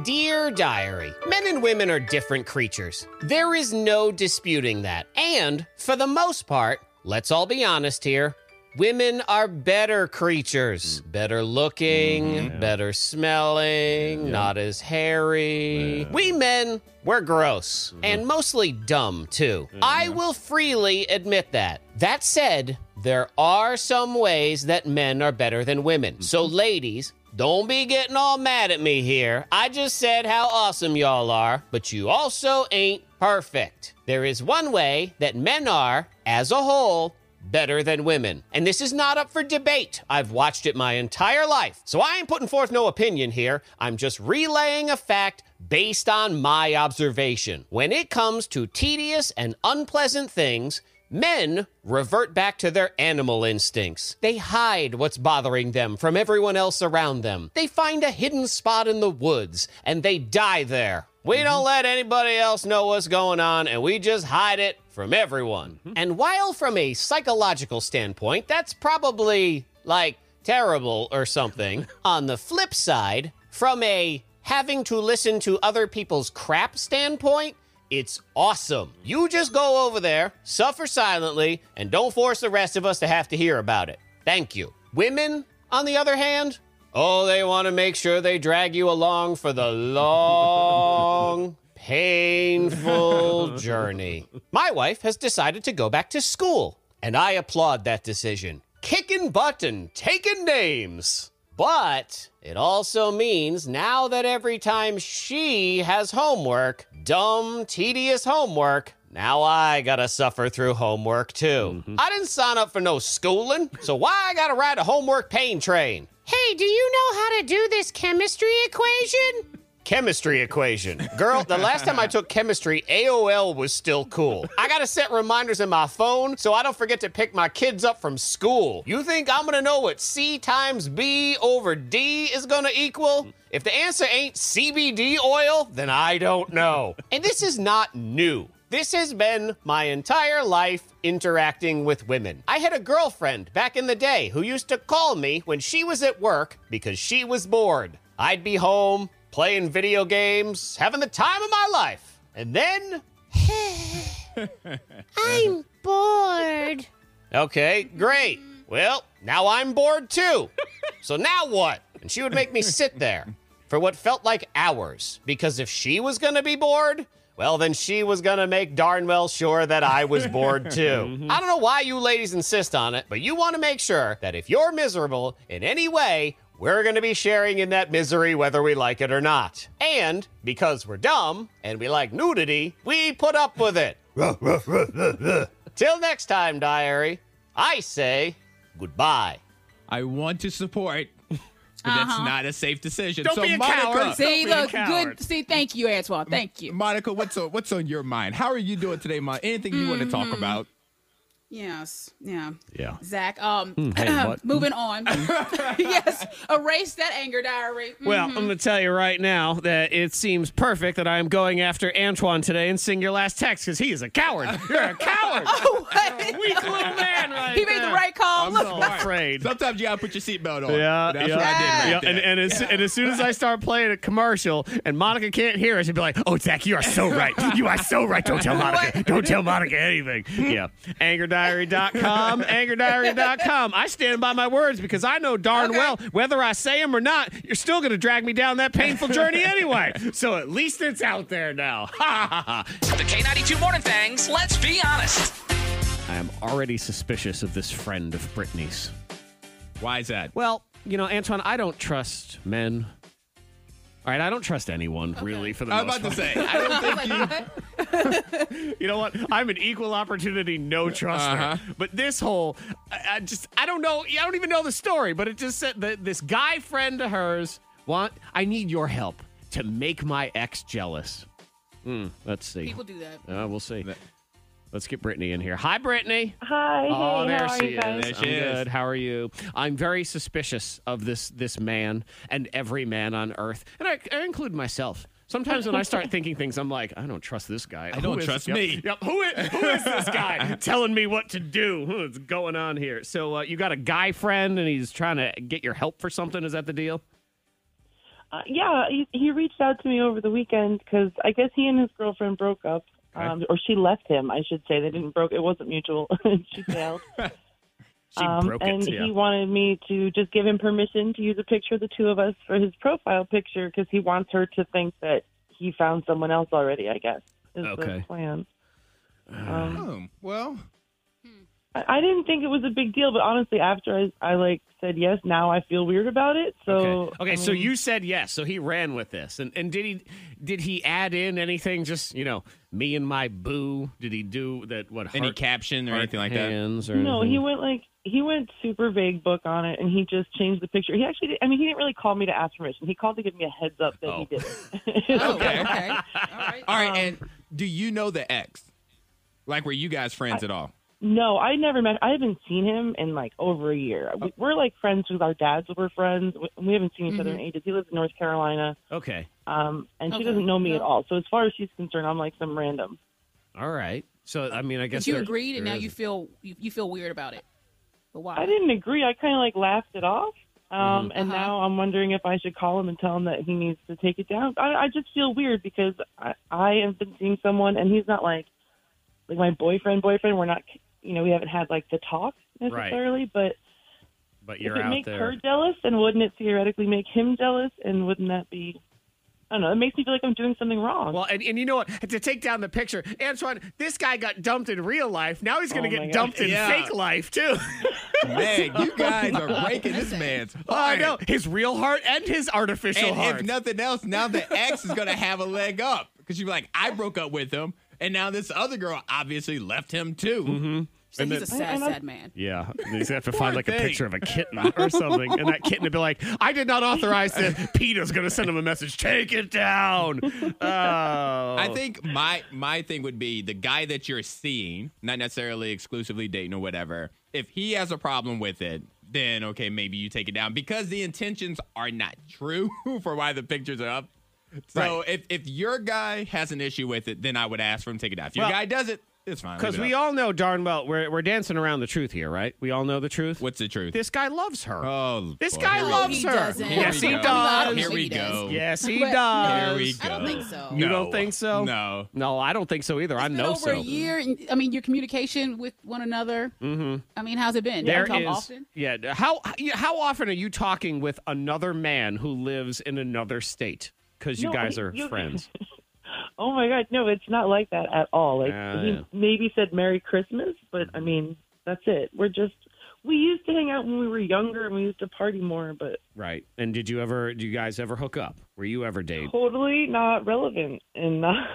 N: Dear Diary, men and women are different creatures. There is no disputing that. And for the most part, let's all be honest here. Women are better creatures. Better looking, better smelling, not as hairy. We men, we're gross and mostly dumb too. I will freely admit that. That said, there are some ways that men are better than women. So, ladies, don't be getting all mad at me here. I just said how awesome y'all are, but you also ain't perfect. There is one way that men are, as a whole, better than women. And this is not up for debate. I've watched it my entire life. So I ain't putting forth no opinion here. I'm just relaying a fact based on my observation. When it comes to tedious and unpleasant things, Men revert back to their animal instincts. They hide what's bothering them from everyone else around them. They find a hidden spot in the woods and they die there
A: We don't let anybody else know what's going on, and we just hide it from everyone. And while, from a psychological standpoint, that's probably like terrible or something, on the flip side, from a having to listen to other people's crap standpoint, it's awesome. You just go over there, suffer silently, and don't force the rest of us to have to hear about it. Thank you. Women, on the other hand, oh, they want to make sure they drag you along for the long, painful journey. My wife has decided to go back to school, and I applaud that decision. Kicking butt and taking names. But it also means now that every time she has homework, dumb, tedious homework, now I gotta suffer through homework too. I didn't sign up for no schooling, so why I gotta ride a homework pain train? Hey, do you know how to do this chemistry equation? Chemistry equation. Girl, the last time I took chemistry, AOL was still cool. I gotta set reminders in my phone so I don't forget to pick my kids up from school. You think I'm gonna know what C times B over D is gonna equal? If the answer ain't CBD oil, then I don't know. And this is not new. This has been my entire life interacting with women. I had a girlfriend back in the day who used to call me when she was at work because she was bored. I'd be home playing video games, having the time of my life. And then.
O: I'm bored.
A: Okay, great. Well, now I'm bored too. So now what? And she would make me sit there for what felt like hours because if she was going to be bored, well, then she was going to make darn well sure that I was bored too.
P: Mhm.
A: I don't know why you ladies insist on it, but you want to make sure that if you're miserable in any way, we're going to be sharing in that misery whether we like it or not. And because we're dumb and we like nudity, we put up with it. Till next time, diary, I say goodbye.
C: I want to support, but that's
D: Uh-huh.
C: not a safe decision.
D: Don't
C: so
D: be a
C: Monica,
D: coward. See, look, good. See, thank you, Antoine. Thank you.
C: Monica, what's on, what's on your mind? How are you doing today, Ma? Anything you want to talk
D: Mhm.
C: about?
D: Yes. Yeah.
C: Yeah.
D: Zach, um,
Q: Hmm, hey, what?
D: moving on. yes, erase that anger diary.
Q: Well, I'm
D: Mhm.
Q: going to tell you right now that it seems perfect that I am going after Antoine today and seeing your last text because he is a coward. You're a coward.
D: oh,
Q: weak little man right
D: He made the
Q: there.
D: right call.
Q: I'm
D: Look,
Q: so afraid.
C: Sometimes you gotta put your seatbelt on.
Q: Yeah,
C: that's
Q: yeah.
C: what I did. Right
Q: Yeah,
C: there.
Q: and, and, as, and as soon as I start playing a commercial and Monica can't hear us, she'd be like, "Oh, Zach, you are so right. You are so right. Don't tell Monica. Don't tell Monica anything." Yeah, angerdiary.com, angerdiary.com. I stand by my words because I know darn well whether I say them or not, you're still going to drag me down that painful journey anyway. So at least it's out there now. Ha ha ha.
R: The K92 Morning Thangs, let's be honest.
Q: I am already suspicious of this friend of Brittany's.
C: Why is that?
Q: Well, you know, Antoine, I don't trust men. All right, I don't trust anyone really for the
C: I was
Q: most
C: about to
Q: part.
C: say, I don't think you
Q: you know what? I'm an equal opportunity no truster. But this whole, I, I just, I don't know. I don't even know the story. But it just said that this guy friend of hers want. I need your help to make my ex jealous. Hmm, let's see.
D: People do that.
Q: Uh, we'll see. Let's get Brittany in here. Hi, Brittany.
S: Hi.
Q: Oh,
S: hey,
Q: there
S: how
Q: she
S: are you guys?
Q: is. I'm good. How are you? I'm very suspicious of this this man and every man on earth, and I, I include myself. Sometimes when I start thinking things, I'm like, I don't trust this guy.
C: I don't
Q: Who is-
C: trust
Q: yep,
C: me.
Q: Yep. Who is, who is this guy telling me what to do? Hmm, What's going on here? So uh, you got a guy friend, and he's trying to get your help for something. Is that the deal?
S: Uh, yeah, he, he reached out to me over the weekend because I guess he and his girlfriend broke up, um, or she left him. I should say they didn't broke. It wasn't mutual. she failed.
I: She
S: um,
I: broke it,
S: and
I: yeah.
S: he wanted me to just give him permission to use a picture of the two of us for his profile picture because he wants her to think that he found someone else already. I guess is the
P: Okay.
S: plan.
Q: Oh,
S: Um,
C: well,
S: I, I didn't think it was a big deal, but honestly, after I, I like said yes, now I feel weird about it. So
Q: okay, okay
S: I
Q: so
S: mean-
Q: you said yes so he ran with this and and did he did he add in anything just you know me and my boo did he do that what
C: Any caption or anything like that?
Q: hands or
S: No,
Q: anything?
S: he went like he went super vague book on it, and he just changed the picture. He actually, did, I mean, he didn't really call me to ask permission. He called to give me a heads up that he did. it.
C: All right, and do you know the ex? Like, were you guys friends at all?
S: No, I never met. I haven't seen him in like over a year.
A: Oh.
S: We, we're like friends with our dads. We're friends. We- We haven't seen each other in
A: Mhm.
S: ages. He lives in North Carolina,
A: Okay.
S: um, and she
A: Okay.
S: doesn't know me at
A: Yeah.
S: all. So as far as she's concerned, I'm like some random.
A: All right. So I mean, I guess
D: But you
A: there-
D: agreed, and
A: there
D: now you
A: is-
D: feel you, you feel weird about it. But why?
S: I didn't agree. I kind of like laughed it off. Um,
A: Mm-hmm.
D: Mhm.
S: And
D: Uh-huh.
S: now I'm wondering if I should call him and tell him that he needs to take it down. I, I just feel weird because I, I have been seeing someone and he's not like, like my boyfriend, boyfriend. We're not, you know, we haven't had like the talk
A: Right.
S: necessarily, but
A: But
S: if
A: you're
S: it
A: out
S: makes
A: there.
S: her jealous, and wouldn't it theoretically make him jealous? And wouldn't that be? I don't know. It makes me feel like I'm doing something wrong.
Q: Well, and, and you know what? To take down the picture, Antoine, this guy got dumped in real life. Now he's going
C: Oh
Q: to
C: my
Q: get
C: God.
Q: dumped in
C: Yeah.
Q: fake life, too.
C: Man, you guys are breaking this man's
Q: Oh, I
C: heart.
Q: know. His real heart and his artificial
C: and
Q: heart.
C: if nothing else, now the ex is going to have a leg up because you're like, I broke up with him, and now this other girl obviously left him too. Mm-hmm.
D: So he's a sad, sad man.
Q: Yeah, he's gonna have to
C: Poor
Q: find like a
C: thing.
Q: picture of a kitten or something, and that kitten would be like, "I did not authorize this." Peter's gonna send him a message. Take it down. Oh.
C: I
A: Oh.
C: think my my thing would be the guy that you're seeing, not necessarily exclusively dating or whatever. If he has a problem with it, then okay, maybe you take it down because the intentions are not true for why the pictures are up. So if if your guy has an issue with it, then I would ask for him to take it down. If your
A: Well,
C: guy does it, it's fine.
A: Because we all know darn well we're, we're dancing around the truth here, right? We all know the truth.
C: What's the truth?
A: This guy loves her.
C: Oh,
A: this
C: boy.
A: guy
C: Here we-
A: loves
C: No,
A: her.
C: he doesn't. Here
A: Yes,
C: we
A: he
C: go. I
A: does.
C: don't Here think we he does. go.
A: Yes, he
D: But-
A: does.
C: Here we
D: I don't
C: go.
D: think so.
A: You
C: No.
A: don't think so?
C: No,
A: no, I don't think so either. I
D: It's
A: know
D: been over
A: so.
D: a year. And, I mean, your communication with one another.
A: Mm-hmm.
D: I mean, how's it been?
A: There
D: Y'all talk
A: is-
D: often.
A: yeah. How yeah, how often are you talking with another man who lives in another state? Because you
S: No,
A: guys
S: I-
A: are
S: you-
A: friends.
S: Oh my God! No, it's not like that at all. Like
A: Yeah,
S: he
A: yeah. Mm-hmm.
S: maybe said Merry Christmas, but I mean that's it. We're just we used to hang out when we were younger and we used to party more, but
A: Right. And did you ever? Do you guys ever hook up? Were you ever dating?
S: totally not relevant and not.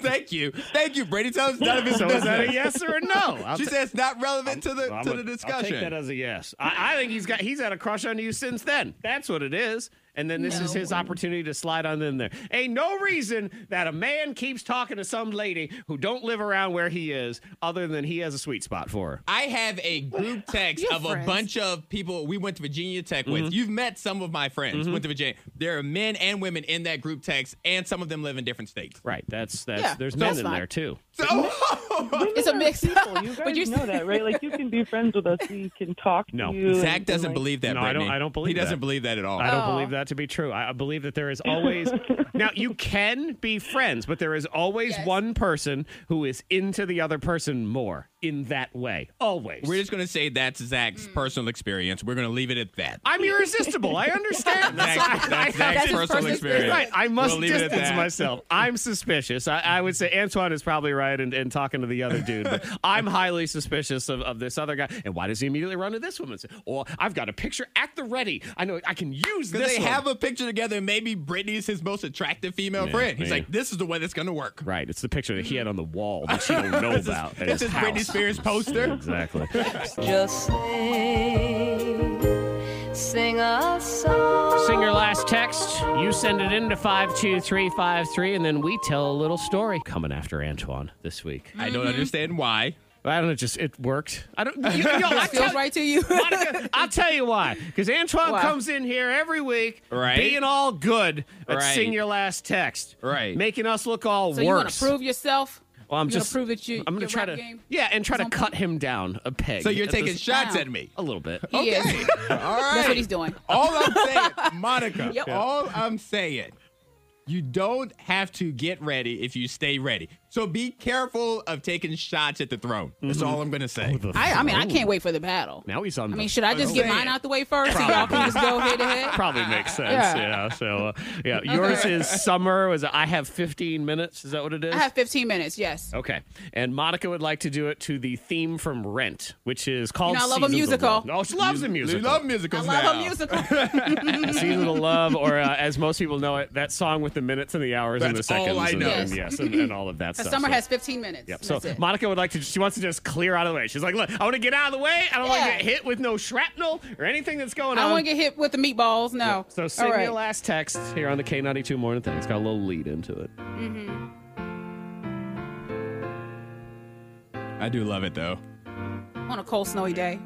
C: Thank you, thank you, Brady. Tell us none of his
A: So is that a
C: business.
A: yes or a no? I'll
C: she
A: ta-
C: says it's not relevant to the
A: I'm
C: to
A: a-
C: the
A: I'll
C: discussion.
A: take that as a yes. I, I think he's got he's had a crush on you since then. That's what it is. And then this is his opportunity to slide on in there. Ain't no reason that a man keeps talking to some lady who don't live around where he is, other than he has a sweet spot for her.
C: I have a group text
A: You're
C: of a
A: friends.
C: bunch of people we went to Virginia Tech with.
A: Mhm.
C: You've met some of my friends
A: Mhm.
C: went to Virginia. There are men and women in that group text, and some of them live in different states.
A: Right. That's that's
C: Yeah,
A: there's
C: that's
A: men in
C: fine.
A: there too.
D: It's a mix.
S: You
D: But
S: guys
D: you're-
S: know that, right? Like you can be friends with us. We can talk
A: No.
S: to you. and-
C: Zach doesn't
S: and, like-
C: believe that.
A: No, I
C: Brittany.
A: don't. I don't believe.
C: He doesn't
A: that.
C: believe that at all.
A: I don't
S: Oh.
A: believe that to be true. I I believe that there is always now you can be friends, but there is always one person who is into the other person more in that way. Always.
C: We're just gonna say that's Zach's personal experience. We're gonna leave it at that.
A: I'm irresistible. I understand.
C: That's-
A: I- I-
C: that's Zach's personal experience.
A: Right. I must
C: We'll leave it at
A: distance
C: that.
A: myself. I'm suspicious. I, I would say Antoine is probably right in, in talking to the other dude, but I'm highly suspicious of, of this other guy. And why does he immediately run to this woman? Or I've got a picture at the ready. I know I can use
C: Because
A: this.
C: they
A: one.
C: have a picture together, and maybe Brittany is his most attractive female
A: Yeah,
C: friend. He's
A: maybe.
C: like, this is the one that's gonna work.
A: Right. It's the picture that he had on the wall that you don't know
C: This is-
A: about. at
C: this
A: his
C: is Britney
A: house.
C: Spears' poster.
A: Exactly.
M: Just sing, sing a song.
A: Sing your last text. You send it in to 52353, and then we tell a little story. Coming after Antoine this week.
C: I don't understand why.
A: I don't know. Just it worked. I don't. You,
D: It
A: yo, I
D: feels
A: tell,
D: right to you.
A: Monica, I'll tell you why. Because Antoine
D: Why?
A: comes in here every week,
C: Right.
A: being all good at
C: Right.
A: sing your last text,
C: right,
A: making us look all
D: So you want
A: worse.
D: to prove yourself?
A: well, I'm
D: you wanna
A: just
D: prove that you.
A: I'm gonna
D: your
A: try to
D: rap game?
A: yeah, and try to cut him down a peg.
C: So you're
A: at
C: taking
A: this-
C: shots
D: Wow.
C: at me.
A: a little bit.
D: He is.
C: All right.
D: That's what he's doing.
C: All I'm saying, Monica,
D: Yep.
C: all I'm saying, you don't have to get ready if you stay ready. So be careful of taking shots at the throne. That's
Q: Mm-hmm.
C: all I'm going to
Q: Oh,
C: say.
D: I, I mean, I can't wait for the battle.
A: Now he's on.
D: I
A: the
D: mean, should I
A: phone.
D: just get mine out the way first and y'all can just go head to head?
A: Probably makes sense.
D: Yeah.
A: Yeah. So, uh, yeah. Yours is summer. Was it, I have 15 minutes? Is that what it is?
D: I have 15 minutes. Yes.
A: Okay. And Monica would like to do it to the theme from Rent, which is called.
D: You know, I love a
A: Seasons of
D: musical.
A: Love. Oh, she loves a musical.
C: You love musicals
D: I love
C: now.
D: a musical.
A: Season of Love, or uh, as most people know it, that song with the minutes and the hours and the
C: That's
A: seconds.
C: all I
A: and,
C: know.
A: and yes, and, and all of that
D: The
A: stuff.
D: summer
A: so-
D: has 15 minutes.
A: Yep. So
D: That's it.
A: Monica would like to. She wants to just clear out of the way. She's like, "Look, I want to get out of the way. I don't want to
D: Yeah.
A: get hit with no shrapnel or anything that's
D: I
A: going
D: don't
A: on."
D: want to get hit with the meatballs. No.
A: So send
D: All
A: me
D: right.
A: a last text here on the K92 Morning Thing. It's got a little lead into it.
D: Mhm.
C: I do love it, though.
D: on a cold, snowy day.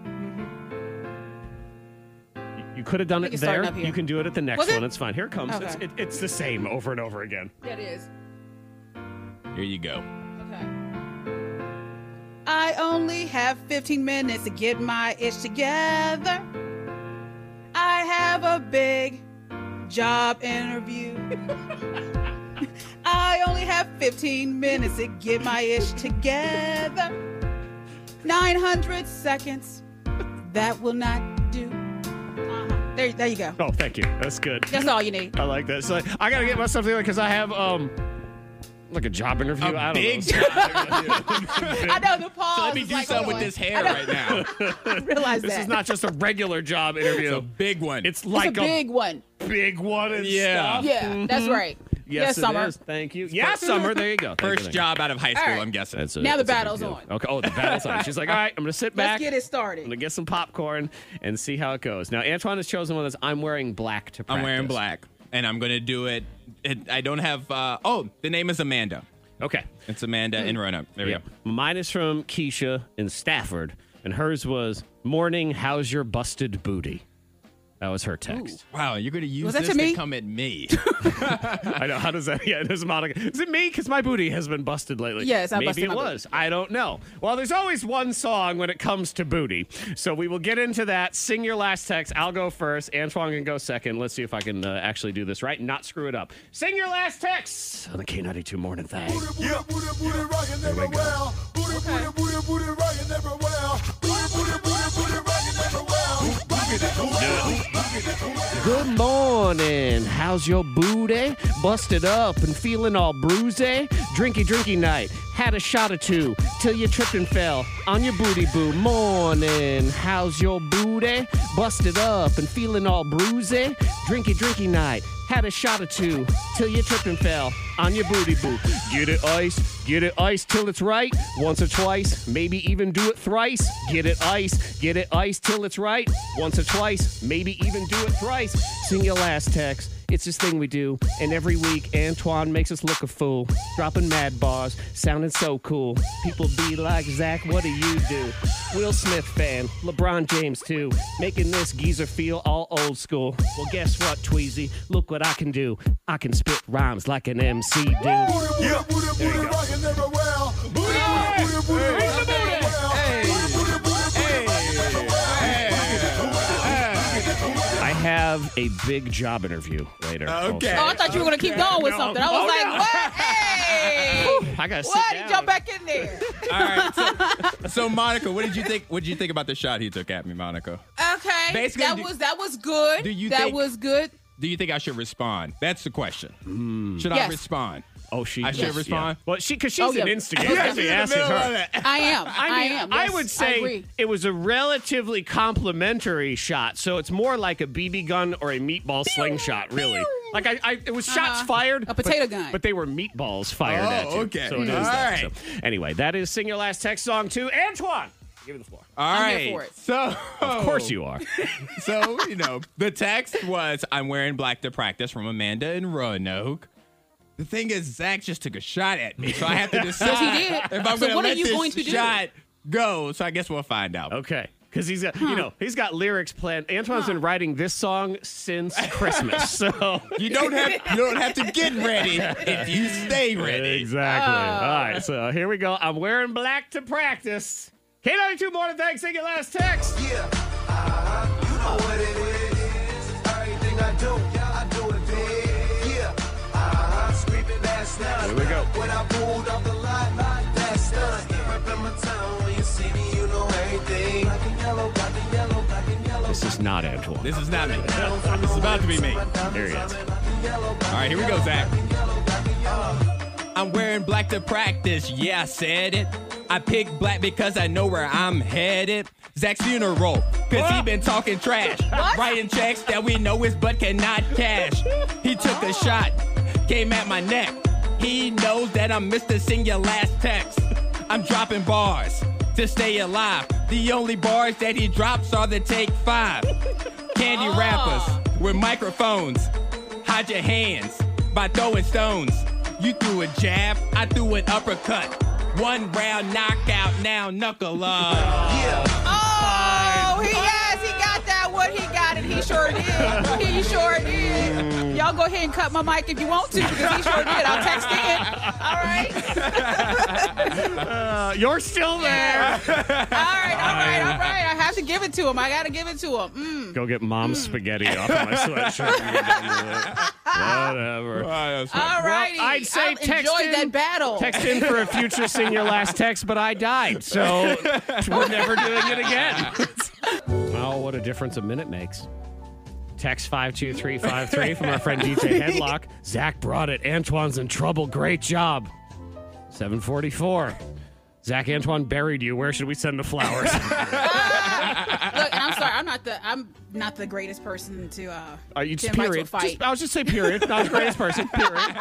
A: You could have done
D: We
A: it
D: can start it
A: there.
D: up here.
A: You can do it at the next
D: Was it?
A: one. It's fine. Here it comes.
D: Okay.
A: It's, it, it's the same over and over again.
D: That is.
C: Here you go.
D: I only have 15 minutes to get my itch together. I have a big job interview. I only have 15 minutes to get my itch together. 900 seconds. That will not do. Uh-huh. There, there you go.
Q: Oh, thank you. That's good.
D: That's all you need.
Q: I like that. So I gotta get myself together because I have um like a job interview. I don't
D: big
Q: know.
D: I know the pause.
C: So let me
D: is
C: do
D: like,
C: something with
D: hold on.
C: this
D: I
C: hair
D: know.
C: right now.
D: realize
Q: this
D: that.
Q: is not just a regular job interview.
C: It's a big one.
Q: It's
D: It's
C: um,
Q: like
D: a big one.
Q: big one. And
C: Yeah.
Q: stuff.
D: Yeah, that's
Q: Mhm.
D: right.
Q: Yes,
D: Yes,
Q: it
D: Summer.
Q: is. Thank you. Yeah, Summer. There you go. Thank you,
C: First
Q: thank you.
C: job out of high
D: All
C: school,
D: right.
C: I'm guessing.
Q: That's a-
D: Now the
Q: that's a big
D: battle's
Q: deal.
D: on.
Q: Okay. Oh, the battle's on. She's like, all right, I'm gonna sit back.
D: Let's get it started.
Q: I'm gonna get some popcorn and see how it goes. Now Antoine has chosen one that's I'm wearing black to practice.
C: I'm wearing black, and I'm gonna do it. it I don't have. Uh, oh, the name is Amanda.
Q: Okay,
C: it's Amanda in Roanoke. There we
Q: Yeah.
C: go.
A: Mine is from Keisha in Stafford, and hers was "Morning, how's your busted booty?" That was her text.
C: Wow, you're gonna use
Q: Was that
C: this
Q: to me?
C: come at me.
Q: I know. How does that? Yeah, it is Monica. Is it me? Because my booty has been busted lately.
A: Yes, I
Q: maybe
A: busted
Q: it
A: my booty.
Q: was. I don't know. Well, there's always one song when it comes to booty, so we will get into that. Sing your last text. I'll go first. Antoine can go second. Let's see if I can uh, actually do this right and not screw it up. Sing your last text on the K92 Morning Thing.
E: Yeah. Booty, booty, rockin' everywhere. Booty, booty, booty, booty, rockin' everywhere. Booty, booty, booty, booty, rockin' everywhere. Rockin' it, everywhere.
A: Good morning. How's your booty? Busted up and feeling all bruisey? Drinky drinky night. Had a shot or two till you tripped and fell on your booty boo. Morning. How's your booty? Busted up and feeling all bruisey? Drinky drinky night. Had a shot or two till you tripped and fell on your booty boo. Get it ice, get it ice till it's right. Once or twice, maybe even do it thrice. Get it ice, get it ice till it's right. Once or twice, maybe even do it thrice. Sing your last text. It's this thing we do, and every week Antoine makes us look a fool. Dropping mad bars, sounding so cool. People be like, Zach, what do you do? Will Smith fan, LeBron James too, making this geezer feel all old school. Well, guess what, Tweezy? Look what I can do. I can spit rhymes like an MC do.
E: Yeah. Booty, booty, rockin' everywhere. Booty, booty, booty, rockin' everywhere. Booty, booty, booty, booty, rockin' everywhere. Rockin' it, everywhere.
A: I have a big job interview later.
D: Okay. Oh, I thought you were gonna keep going with something. I was like, what? Hey!
A: I gotta sit
D: What?
A: down.
D: He jumped back in there.
C: All right. So, so, Monica, what did you think? What did you think about the shot he took at me, Monica?
D: Okay.
C: Basically,
D: that
C: do-
D: was that was good.
C: do you
D: that
C: think-
D: was good.
C: Do you think I should respond? That's the question. Should I
D: Yes.
C: respond?
A: Oh, she.
C: I should
D: yes,
C: respond.
A: Well, she because she's
D: Oh, yeah.
A: an instigator.
C: Yeah,
A: That's what the
C: she's in the
A: ass is
C: middle
A: her.
C: of that.
D: I am. I,
A: I mean, I,
D: am. Yes,
A: would
D: I
A: say
D: agree.
A: it was a relatively complimentary shot, so it's more like a BB gun or a meatball slingshot, really. Like I, I it was shots
D: Uh-huh.
A: fired,
D: A potato
A: but,
D: gun.
A: but they were meatballs fired
C: Oh,
A: at you.
C: okay.
A: So it is
C: All
A: that.
C: right.
A: So, anyway, that is sing your last text song to Antoine. Give me the floor.
C: All right.
D: I'm here for it.
C: So,
A: Of course
D: Oh.
A: you are.
C: so you know the text was i'm wearing black to practice from amanda in roanoke the thing is zach just took a shot at me so i have to decide
D: Yes, he did.
C: if i'm
D: So
C: gonna
D: what are
C: let
D: you
C: this
D: going to do?
C: shot go so i guess we'll find out
A: Okay. Because he's got, you know, he's got lyrics planned. Antoine's been writing this song since Christmas, so
C: you don't have you don't have to get ready if you stay ready
A: Exactly. Ah. All right, so here we go. I'm wearing black to practice. K92 Morning Thanks, sing your last text.
E: Yeah. Uh-huh. You know what it is. Everything I do, I do it big. Yeah. Uh-huh. Screaming ass now.
A: Here we go.
E: When I pulled off the lot, that's done. Reppin' my town. When you see me, you know everything. Black and yellow, black and yellow, black and yellow.
A: This is not Antoine.
C: this is not me this is about to be me
A: Here he is.
C: All right, here we go, Zach. I'm wearing black to practice. Yeah, I said it. I pick black because I know where I'm headed. Zach's funeral, cause he been talking trash. Writing checks that we know his butt cannot cash. He took a shot, came at my neck. He knows that I'm Mr. Sing Your Last Text. I'm dropping bars to stay alive. The only bars that he drops are the take five. Candy rappers with microphones. Hide your hands by throwing stones. You threw a jab, I threw an uppercut. One round knockout now, knuckle up. Yeah.
D: Oh, he yes, he got that one. He got it. He sure did. He sure did. Y'all go ahead and cut my mic if you want to, because he sure did. I'll text in. All right.
A: Uh, you're still there.
D: All right, all right. I have to give it to him. I got to give it to him. Mm.
A: Go get mom's spaghetti off my sweatshirt. Whatever.
D: All righty.
A: Well, I'd say
D: I
A: text
D: enjoyed
A: in-
D: that battle.
A: Text in for a future senior last text, but I died, so we're never doing it again. oh, what a difference a minute makes. Text 52353 from our friend DJ Headlock. Zach brought it. Antoine's in trouble. Great job. 744. Zach Antoine buried you. Where should we send the flowers?
D: Look, and I'm sorry. I'm not the I'm not the greatest person to uh
A: Are you just
D: to invite to a
A: period?
D: fight.
A: Just- I'll just say period. Not the greatest person. Period.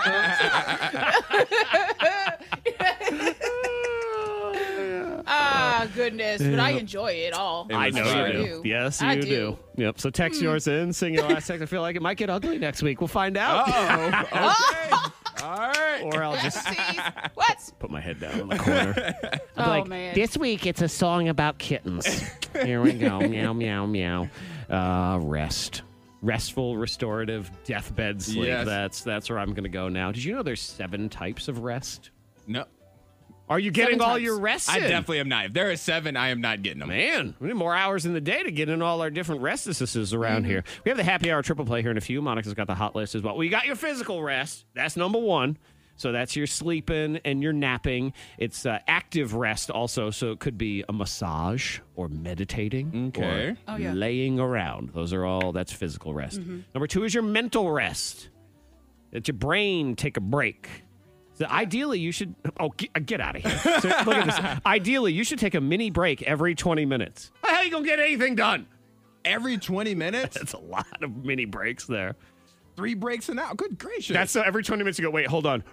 D: Ah, goodness. But I enjoy it all.
A: I know
D: sure
A: you do. Yes, you
D: I
A: do. Yep. So text yours in, sing your last text. I feel like it might get ugly next week. We'll find out.
C: Oh, All right.
A: Or I'll just
D: What?
A: put my head down in the corner.
D: Oh,
A: like,
D: man.
A: This week it's a song about kittens. Here we go. meow, meow, meow. Uh, rest. Restful, restorative, deathbed sleep.
C: Yes.
A: That's that's where I'm going to go now. Did you know there's seven types of rest?
C: No.
A: Are you getting all your rest?
C: I
A: in?
C: definitely am not. If there are seven, I am not getting them.
A: Man, we need more hours in the day to get in all our different rest assistants around here. We have the happy hour triple play here in a few. Monica's got the hot list as well. We got your physical rest. That's number one. So that's your sleeping and your napping. It's uh, active rest also. So it could be a massage or meditating
C: Okay.
A: or
D: Oh, yeah.
A: laying around. Those are all, that's physical rest.
D: Mhm.
A: Number two is your mental rest. Let your brain take a break. So ideally, you should. Oh, get, get out of here! So look at this. Ideally, you should take a mini break every twenty minutes. How are you gonna get anything done?
C: Every twenty minutes?
A: That's a lot of mini breaks there.
C: Three breaks an hour. Good gracious.
A: That's so every twenty minutes you go. Wait, hold on.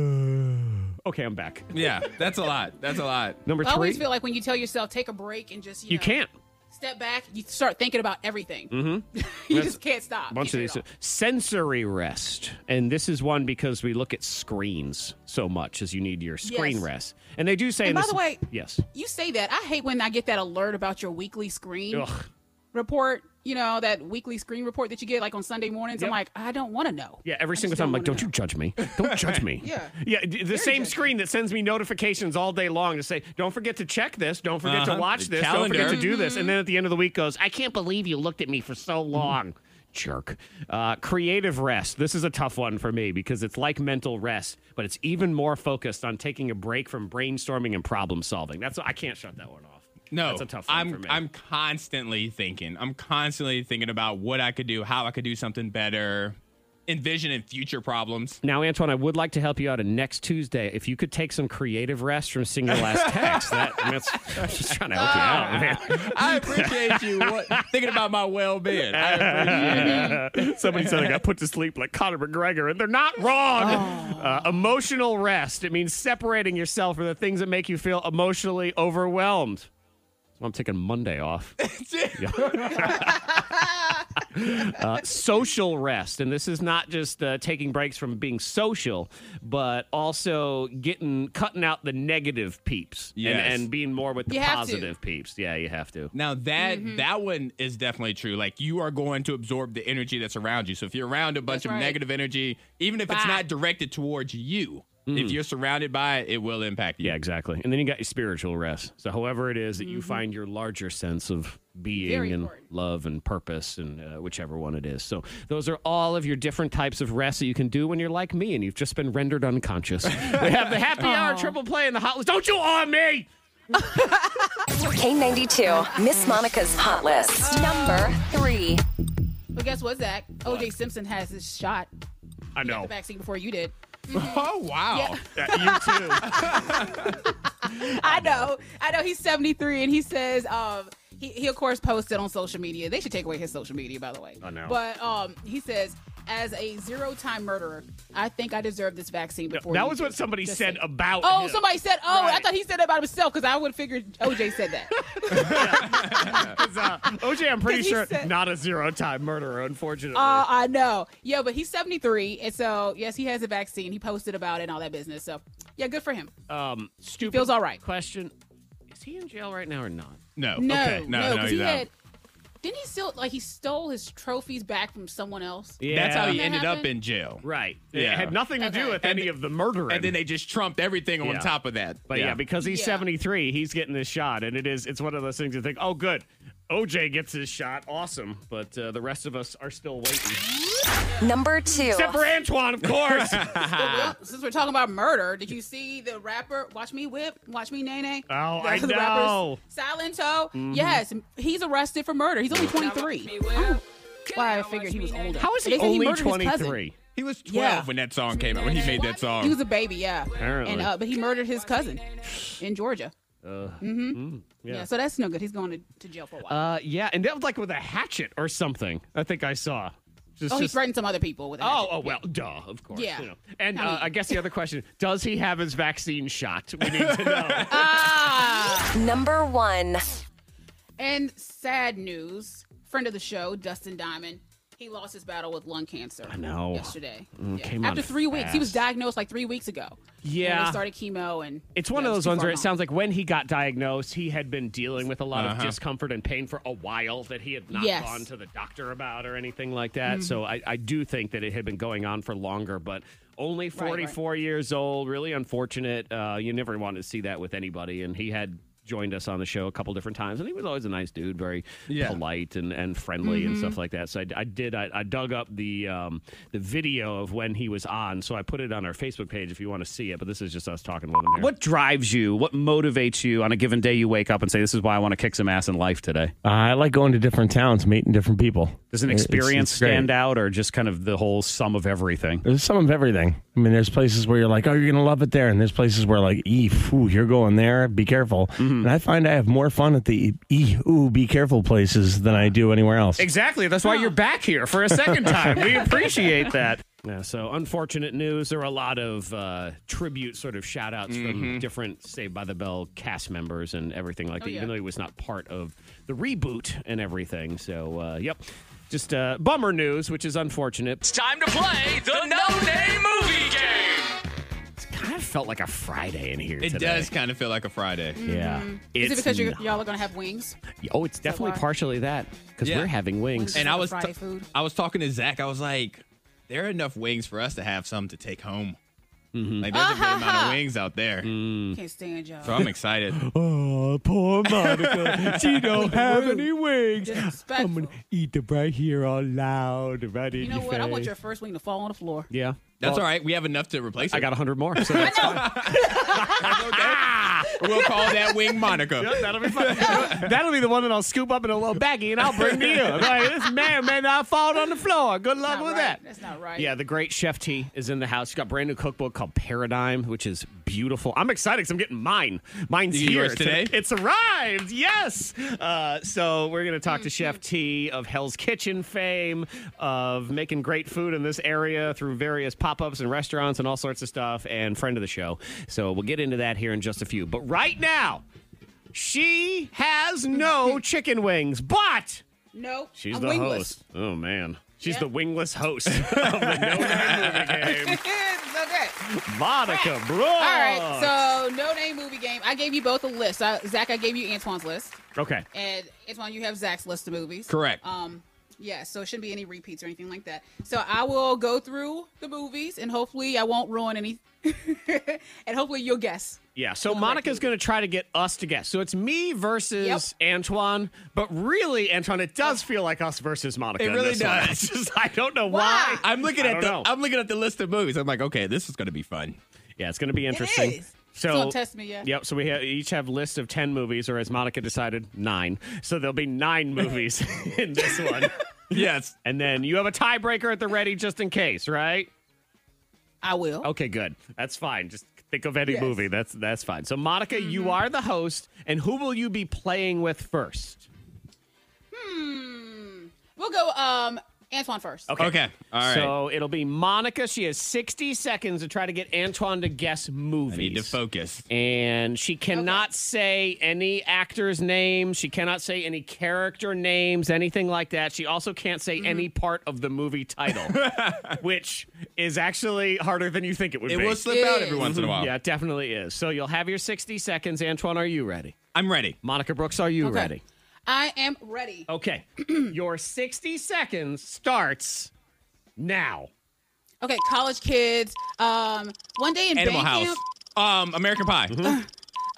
A: Uh, okay, I'm back.
C: yeah, that's a lot. That's a lot.
A: Number
D: I
A: three,
D: always feel like when you tell yourself take a break and just you,
A: you
D: know,
A: can't.
D: step back, you start thinking about everything.
A: Mm-hmm.
D: You
A: That's-
D: just can't stop.
A: A bunch
D: You
A: of
D: do
A: these uh,
D: it all.
A: sensory rest, and this is one because we look at screens so much as you need your screen
D: Yes.
A: rest. And they do say.
D: And
A: in
D: by
A: this-
D: the way-
A: yes.
D: You say that. I hate when I get that alert about your weekly screen
A: Ugh.
D: report. You know that weekly screen report that you get like on Sunday mornings.
A: Yep.
D: I'm like, I don't want to know.
A: Yeah, every single time, I'm like, don't you judge me. Don't judge me.
D: Yeah.
A: Yeah, d- the same screen that sends me notifications all day long to say, don't forget to check this, don't forget to
C: Uh-huh.
A: watch
C: The
A: this, don't forget to
C: calendar.
A: do this. And
D: Mm-hmm.
A: then at the end of the week goes, I can't believe you looked at me for so long. Jerk. Uh, creative rest. This is a tough one for me because it's like mental rest, but it's even more focused on taking a break from brainstorming and problem solving. That's I can't shut that one off.
C: No,
A: that's a tough one
C: I'm
A: for me.
C: I'm constantly thinking. I'm constantly thinking about what I could do, how I could do something better, envisioning future problems.
A: Now, Antoine, I would like to help you out. And next Tuesday, if you could take some creative rest from Sing Your Last Text, that, that's I'm just trying to help you out, man.
C: I appreciate you what, thinking about my well-being. I appreciate it.
A: Somebody said I got put to sleep like Conor McGregor, and they're not wrong.
D: Oh.
A: Uh, emotional rest it means separating yourself from the things that make you feel emotionally overwhelmed. That's why I'm taking Monday off. Uh, social rest, and this is not just uh, taking breaks from being social, but also getting cutting out the negative peeps and-
C: Yes.
A: and, being more with the
D: You have to.
A: positive peeps. Yeah, you have to.
C: Now that
D: Mm-hmm.
C: that one is definitely true. Like you are going to absorb the energy that's around you. So if you're around a bunch of
D: That's right.
C: negative energy, even if it's
D: Bye.
C: not directed towards you, if you're surrounded by it, it will impact you.
A: Mm. Yeah, exactly. And then you got your spiritual rest. So, however it is that you find your larger sense of being
D: Mm-hmm. Very
A: and
D: important.
A: love and purpose, and uh, whichever one it is. So, those are all of your different types of rest that you can do when you're like me and you've just been rendered unconscious. we have the happy hour triple play and the hot list. Don't you on me!
F: K92, Miss Monica's hot list. Number three.
D: But guess what, Zach? OJ Simpson has his shot.
A: I know.
D: The vaccine before you did.
C: Oh wow.
A: you too.
D: I know. I know he's 73 and he says um he, he of course posted on social media. They should take away his social media by the way.
A: I know.
D: But um he says as a zero-time murderer, I think I deserve this vaccine before
A: that
D: you
A: was
D: do."
A: what somebody
D: Just
A: said
D: saying.
A: about
D: Oh,
A: him.
D: somebody said, "Oh, I
A: Right.
D: thought he said that about himself because I would figure OJ said that."
A: 'Cause, uh, OJ, I'm pretty
D: 'Cause he
A: sure
D: said-
A: not a zero time murderer, unfortunately.
D: Uh, I know. Yeah, but he's 73, and so yes, he has a vaccine. He posted about it and all that business. So Yeah, good for him.
A: Um, stupid.
D: feels all right.
A: Question: Is he in jail right now or not?
C: No.
D: No,
A: Okay.
D: no, because he had. Didn't he still like he stole his trophies back from someone else?
C: That's how he
D: That
C: ended up
D: happened?
C: in jail.
A: Right. It had nothing to do with any of the murdering.
C: And then they just trumped everything on
A: Yeah.
C: top of that.
A: But yeah, because he's 73, he's getting this shot, and it is it's one of those things you think, oh, good, OJ gets his shot, awesome. But uh, the rest of us are still waiting,
F: Number two.
A: except for Antoine, of course.
D: Well, since we're talking about murder, did you see the rapper Watch Me Whip, Watch Me Nay Nay?
A: Oh, I
D: the
A: know.
D: rappers, Silent Toe.
A: Mhm.
D: Yes, he's arrested for murder. He's only 23. Oh, well, I figured he was older.
A: How is he
D: They said
A: only
D: murdered his cousin.
A: 23?
C: He was 12
D: Yeah.
C: when that song came out, when he made that song.
D: He was a baby, yeah.
C: Apparently.
D: And uh, but he murdered his cousin in Georgia. Mhm.
A: Uh, Mm,
D: Yeah. so that's no good. He's going to, to jail for a while.
A: Uh, yeah, and that was like with a hatchet or something. I think I saw. Just,
D: oh, he
A: just-
D: threatened some other people with it.
A: Oh, oh well, duh, of course.
D: Yeah.
A: you know. And
D: I
A: uh, I guess the other question: Does he have his vaccine shot? We need to know.
D: Uh,
F: Number one.
D: And sad news, friend of the show, Dustin Diamond, he lost his battle with lung cancer. I
A: know.
D: Yesterday.
A: Mm,
D: Yeah.
A: came on
D: After three weeks. He was
A: fast.
D: diagnosed like three weeks ago.
A: Yeah.
D: And they started chemo and
A: It's one
D: yeah,
A: of
D: it
A: those
D: was too
A: ones
D: far
A: where it
D: gone.
A: sounds like when he got diagnosed, he had been dealing with a lot of
C: Uh-huh.
A: discomfort and pain for a while that he had not
D: Yes.
A: gone to the doctor about or anything like that.
D: Mhm.
A: So I, I do think that it had been going on for longer, but only
D: Right, right.
A: 44 years old, really unfortunate. Uh, you never want to see that with anybody. And he had joined us on the show a couple different times and he was always a nice dude very polite and, and friendly and
D: Mhm.
A: stuff like that so i, I did I, I dug up the um, the video of when he was on so i put it on our facebook page if you want to see it but this is just us talking with him here. what drives you what motivates you on a given day you wake up and say this is why i want to kick some ass in life today
T: Uh, I like going to different towns, meeting different people.
A: does an
T: It's-
A: experience
T: it's great.
A: stand out or just kind of the whole sum of everything
T: There's some of everything. I mean, there's places where you're like, oh, you're gonna love it there, and there's places where like, ee, ooh, you're going there. Be careful. And I find I have more fun at the ee, ooh, be careful places than I do anywhere else.
A: Exactly. That's why you're back here for a second time. We appreciate that. Yeah, so unfortunate news. There are a lot of uh, tribute sort of shout outs from
C: Mhm.
A: different Saved by the Bell cast members and everything like
C: Oh,
A: that,
C: yeah.
A: even though he was not part of the reboot and everything. So, uh, yep. Just uh, bummer news, which is unfortunate.
Q: It's time to play the No Name Movie Game.
A: kind of felt like a Friday in here
C: It
A: today.
C: does kind of feel like a
D: Mm-hmm.
C: Friday.
A: Yeah.
D: Is it
A: It's
D: because you're,
A: not-
D: y'all are going to have wings?
A: Oh, it's definitely
D: why?
A: partially that because
C: Yeah.
A: we're having wings.
C: And I was
D: Friday
C: ta-
D: food.
C: I was talking to Zach. I was like, there are enough wings for us to have some to take home.
A: Mm-hmm.
C: Like there's a good amount of wings out there.
A: Mm.
D: Can't stand y'all.
C: So I'm excited.
T: Oh, poor Monica. she don't have any wings.
D: Disrespectful.
T: I'm gonna eat them right here, all loud, right in
D: You know
T: your
D: what? I want
T: face.
D: your first wing to fall on the floor.
A: Yeah.
C: That's
A: Well-
C: all right. We have enough to replace it. I
A: got 100 more. So
C: we'll call that wing Monica.
A: that'll be fun. That'll be the one that I'll scoop up in a little baggie and I'll bring to you. I'm Like, this man may not fall on the floor. Good luck with that.
D: That's not right.
A: Yeah, the great Chef T is in the house. She's got a brand new cookbook called Paradigm, which is beautiful. I'm excited because I'm getting mine. Mine's
C: You get
A: here
C: yours today?
A: It's arrived. Yes. Uh, so we're going to talk to Chef T of Hell's Kitchen fame, of making great food in this area through various pop ups and restaurants and all sorts of stuff, and friend of the show. So we'll get into that here in just a few. But right now, she has no chicken wings, but.
D: No.
A: She's
D: I'm
A: the
D: wingless.
A: host. Oh man, she's
D: Yeah.
A: the wingless host of the No Name Movie
D: okay.
A: Game. Monica Brooks.
D: All right. So, no name movie game. I gave you both a list. I, Zach, I gave you Antoine's list.
A: okay.
D: And Antoine, you have Zach's list of movies.
A: Correct.
D: Um, yeah, so it shouldn't be any repeats or anything like that. So I will go through the movies and hopefully I won't ruin any. and hopefully you'll guess.
A: Yeah, so Monica's going to try to get us to guess. So it's me versus Antoine, but really, Antoine, it does feel like us versus Monica.
C: It
A: in
C: really
A: this one.
C: does.
A: It's just- I don't know why.
C: I'm looking
A: I
C: at
A: don't
C: the
A: know.
C: I'm looking at the list of movies. I'm like, okay, this is going to be fun.
A: Yeah, it's going to be interesting.
D: is. It's gonna test me, yeah.
A: Yep. So we ha- each have list of ten movies, or as Monica decided, nine. So there'll be nine movies in this one.
C: yes.
A: And then you have a tiebreaker at the ready just in case, right?
D: I will.
A: Okay, good. That's fine. Just think of any
D: Yes.
A: movie. That's that's fine. So Monica, you are the host, and who will you be playing with first?
D: Hmm. We'll go um Antoine first.
A: Okay.
C: Okay. All right.
A: So it'll be Monica. She has 60 seconds to try to get Antoine to guess movies.
C: I need to focus.
A: And she cannot say any actor's name. She cannot say any character names, anything like that. She also can't say any part of the movie title, which is actually harder than you think it would
C: It
A: be.
C: will slip out every once in a
A: Mhm.
C: while.
A: Yeah, it definitely is. So you'll have your 60 seconds. Antoine, are you ready?
C: I'm ready.
A: Monica Brooks, are you ready?
D: I am ready.
A: Okay. Your 60 seconds starts now.
D: Okay, college kids. Um, one day in
C: Animal House.
D: band camp.
C: Um, American Pie.
A: Mm-hmm.
D: Uh,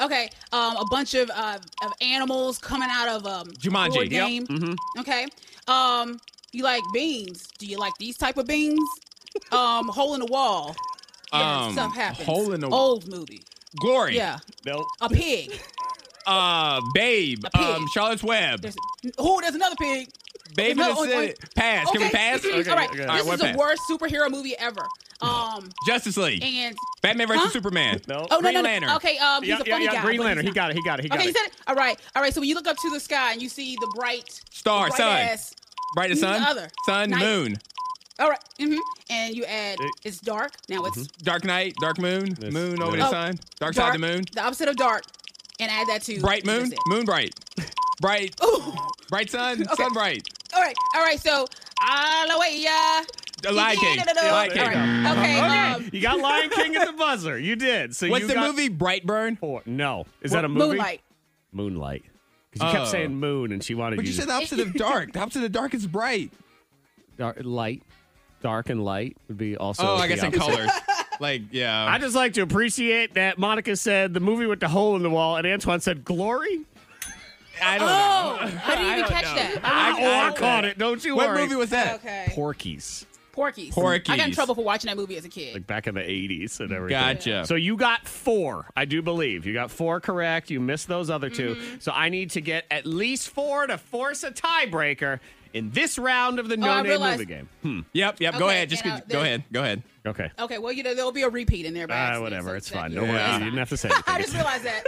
D: Okay, um, a bunch of uh, of animals coming out of um
C: Jumanji.
D: board
C: Yep.
D: game.
C: Mhm.
D: Okay, um, you like beans? Do you like these type of beans? Um, hole in the wall. Yeah,
C: Um,
D: stuff happens.
C: Hole in the-
D: old movie.
C: Glory.
D: Yeah.
A: Nope.
D: A pig.
C: Uh, Babe.
D: pig.
C: Um, Charlotte's Web.
D: There's, oh, there's another pig.
C: Babe
D: There's
C: in the
D: another-
C: City. Pass. Can we pass?
D: Okay. All right.
C: Okay.
D: This
C: All right,
D: is
C: what
D: the
C: pass?
D: worst superhero movie ever. Um,
C: Justice League.
D: and
C: Batman versus
D: Huh?
C: Superman. No.
D: Oh no,
C: Green
D: no, no.
C: Lantern.
D: Okay, um, he's
A: Yeah,
D: a funny
A: yeah, yeah,
D: guy.
A: Green
D: but
A: Lantern.
D: he's
A: He got it. He got it. He
D: not-
A: got
D: okay,
A: it.
D: you said it. All right, all right. So when you look up to the sky and you see the bright
C: Star,
D: bright
C: sun.
D: ass-
C: Brightest
D: Mm, the
C: sun.
D: other.
C: Sun,
D: Night.
C: moon.
D: All right, mm-hmm. and you add
C: Eh.
D: it's dark. Now it's
C: Dark night, dark moon, moon over the
D: Oh,
C: sun, Mm-hmm. dark, side of the moon,
D: the opposite of dark, and add that to
C: bright
D: what you
C: moon,
D: said.
C: moon bright, bright,
D: Oh.
C: bright sun, sun bright.
D: All right, all right. So Hallelujah.
C: The Lion King.
D: Yeah, no, no, no.
C: The Lion King.
D: All right. Okay. um,
A: You got Lion King at the buzzer. You did. So
C: What's
A: you
C: the
A: got
C: movie Brightburn?
A: Four. No, is
C: What-
A: that a movie?
D: Moonlight.
A: Moonlight. Because you kept
C: Oh.
A: saying moon, and she wanted
C: But
A: you.
C: you
A: to-
C: said the opposite of dark. The opposite of dark is bright.
A: dark, light, dark and light would be also.
C: oh, I
A: the
C: guess in
A: opposite.
C: colors. like yeah.
A: I just like to appreciate that Monica said the movie with the hole in the wall, and Antoine said glory.
C: I
D: don't Oh, know. how do you
A: I
D: even
A: don't
D: catch that?
A: Ah,
D: I-
A: oh,
D: I
A: I,
D: don't
A: caught
D: know.
A: it. Don't you
C: What
A: worry.
C: movie was that?
D: Okay.
A: Porky's.
D: Porky's. I got in
A: Porky's.
D: trouble for watching that movie as a kid.
A: like back in the 80s and everything.
C: Gotcha.
A: So you got four, I do believe. You got four correct. You missed those other 2
D: Mm-hmm.
A: So I need to get at least four to force a tiebreaker in this round of the
D: Oh, I
A: No Name
D: realized-
A: Movie Game. Hmm.
C: Yep, yep. go
D: Okay,
C: ahead. Just
D: and, uh,
C: go
D: there's-
C: ahead. Go ahead.
A: Okay.
D: Okay, well, you know there'll be a repeat in there. by
A: Ah,
D: accident,
A: whatever.
D: so
A: It's
D: that-
A: fine. Don't
C: Yeah.
A: worry. You didn't have to say anything.
D: I just realized that.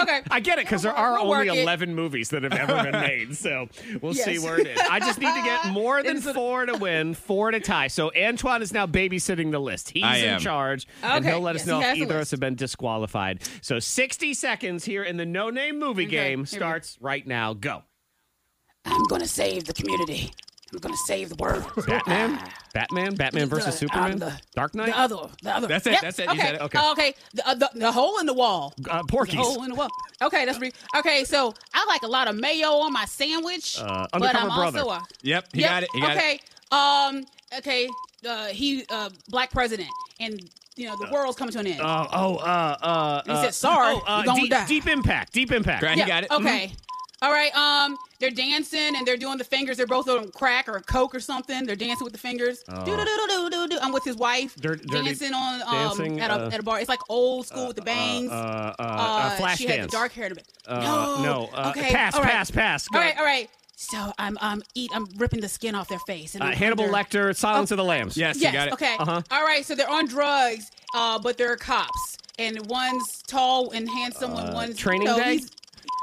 D: Okay.
A: I get it because there
D: We'll
A: are
D: work
A: only
D: it.
A: 11 movies that have ever been made. So we'll see
D: Yes.
A: where it is. I just need to get more than four to win, four to tie. So Antoine is now babysitting the list. He's
C: I
A: in
C: am.
A: charge, and
D: Okay,
A: he'll let us
D: yes,
A: know
D: he
A: if
D: has the
A: either of us
D: list.
A: have been disqualified. So 60 seconds here in the no name movie game
D: here we go.
A: starts right now. Go.
D: I'm gonna save the community. I'm gonna save the world.
A: Batman? Batman? Batman versus
D: Ah. The-
A: Superman?
D: um, the-
A: Dark Knight?
D: The other, the other.
C: That's it,
D: Yep,
C: that's it, you
D: Okay.
C: said it, okay.
D: Uh, okay. The, uh, the, the hole in the wall.
A: uh,
D: The
A: Porky's.
D: hole in the wall. Okay, that's re- okay. So I like a lot of mayo on my sandwich,
A: Uh,
D: but
A: Undercover
D: I'm
A: Brother.
D: also a.
C: Yep, he
D: Yep,
C: got it. He got
D: okay.
C: it.
D: Um. Okay. Uh, he uh, black president, and you know the world's coming to an end.
A: Uh, oh, uh, uh,
D: He
A: uh,
D: said, sorry,
A: oh, uh,
D: you gonna
A: deep,
D: die.
A: deep Impact. Deep Impact.
C: Right, he got it. Mhm.
D: Okay. All right. Um, they're dancing and they're doing the fingers. They're both on crack or coke or something. They're dancing with the fingers.
A: Oh.
D: Do do do do do do. I'm with his wife.
A: Dir- dirty
D: dancing on um
A: dancing,
D: at, a,
A: uh,
D: at a bar. It's like old school with the bangs.
A: Uh, uh, uh, uh, Flashdance.
D: she had the dark hair. in a bit.
A: Uh,
D: no.
A: no, uh,
D: okay.
A: pass,
D: all right.
A: pass, pass. Go.
D: All right. All right. So I'm um eat. I'm ripping the skin off their face. And
A: Uh,
D: I'm
A: Hannibal
D: under- Oh.
A: Lecter, Silence of the Lambs.
C: Yes,
D: Yes.
C: you got it.
D: Okay.
A: Uh-huh.
D: All right. So they're on drugs, uh, but they're cops, and one's tall and handsome,
C: Uh,
D: and one's
A: Training
D: no,
A: Day?
D: he's-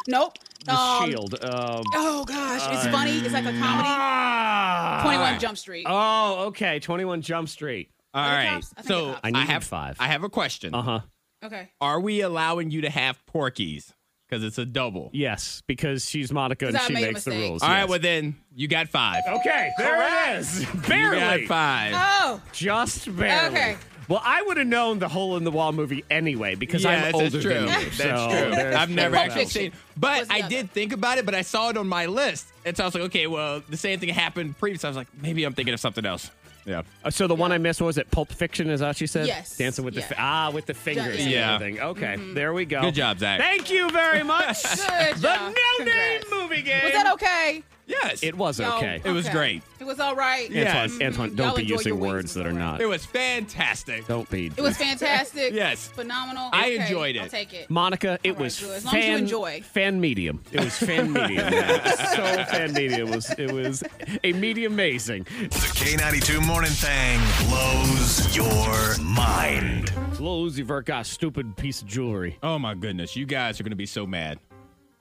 D: Nope.
A: The
D: Um,
A: Shield. Um,
D: Oh gosh, it's
A: Uh,
D: funny. It's like a comedy.
A: ah!
D: Twenty
C: uh,
D: One Jump Street.
A: Oh, okay. 21 Jump Street.
C: All
D: Other
C: right.
D: cops? I think
C: So
D: cops.
A: I
C: I,
A: need
C: have
A: five.
C: I have a question.
A: Uh huh.
D: okay.
C: Are we allowing you to have Porkies? Because it's a double.
A: Yes, because she's Monica and
D: Because I
A: she
D: made a
A: makes the
D: mistake.
A: rules.
C: All right.
A: yes.
C: Well, then you got five.
A: okay, there it is.
C: You got
A: Barely.
C: five.
D: Oh,
A: Just barely.
D: Okay.
A: Well, I would have known the hole in the wall movie anyway because
C: yeah,
A: I'm
C: that's
A: older
C: true.
A: than you.
C: That's
A: so
C: true.
A: there's
C: I've never
A: that.
C: actually seen, but
D: What's the
C: I
D: other?
C: did think about it. But I saw it on my list, and so I was like, okay, well, the same thing happened previous. I was like, maybe I'm thinking of something else. Yeah.
A: Uh, so the one I missed what was it Pulp Fiction? Is that what you said?
D: Yes.
A: Dancing with
D: Yeah. Mm-hmm.
A: the fi- ah with the fingers. and
C: Yeah.
A: everything. Okay. There we go.
C: Good job, Zach.
A: Thank you very much.
D: Good
A: the
D: job.
A: no name
D: Congrats.
A: movie game.
D: was that okay?
C: Yes.
A: It was
D: Y'all-
A: okay.
C: It was great.
D: It was all right.
C: Yeah. Yes.
A: Antoine, Antoine,
D: Mhm.
A: don't
D: Y'all
A: be
D: enjoy your
A: using
D: wings,
A: words that are not.
C: It was fantastic.
A: Don't be.
D: It was fantastic.
C: Yes.
D: Phenomenal.
C: I
D: Okay,
C: enjoyed it.
D: I'll take it.
A: Monica, it
D: All right,
A: was
D: good. As long as you
A: fan,
D: enjoy.
A: fan medium. It was fan medium. It was so fan medium. It was it was a medium amazing.
B: The K92 Morning Thang blows your mind.
A: Little Uzi Vert got a stupid piece of jewelry.
C: Oh my goodness, you guys are gonna be so mad.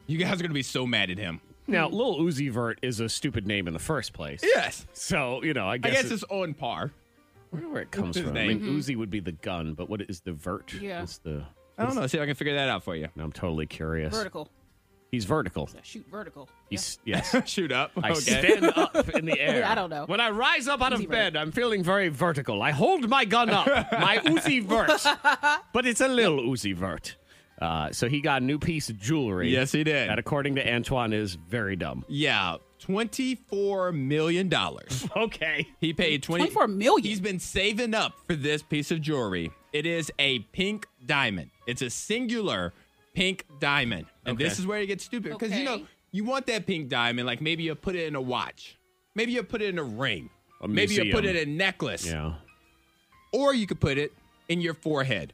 C: You guys are gonna be so mad at him.
D: Hmm.
A: Now, Lil Uzi Vert is a stupid name in the first place.
C: Yes.
A: So, you know, I
C: I
A: guess,
C: guess
A: it-
C: it's on par.
A: wonder where it comes
C: his
A: from. I
C: name.
A: mean, Uzi would be the gun, but what is the Vert?
D: Mm-hmm. Yeah.
A: Is the,
C: I don't know. See if I can figure that out for you.
A: I'm totally curious.
D: Vertical.
A: He's vertical.
D: Shoot vertical.
A: He's, yes.
C: Shoot up.
A: I
C: Okay.
A: stand up in the air.
D: I don't know.
A: When I rise up out of bed, I'm feeling very vertical. I hold my gun up, my Uzi Vert, but it's a little Uzi Vert. Uh, so he got a new piece of jewelry.
C: Yes, he did.
A: That, according to Antoine, is very dumb.
C: Yeah, twenty-four million dollars.
A: Okay,
C: he paid twenty
D: Twenty-four million.
C: He's been saving up for this piece of jewelry. It is a pink diamond. It's a singular pink diamond, and this
A: Okay.
C: is where it gets stupid because you know
D: Okay.
C: you want that pink diamond. Like maybe you put it in a watch, maybe you put it in a ring, maybe you put
A: museum.
C: it in a necklace,
A: Yeah.
C: or you could put it in your forehead.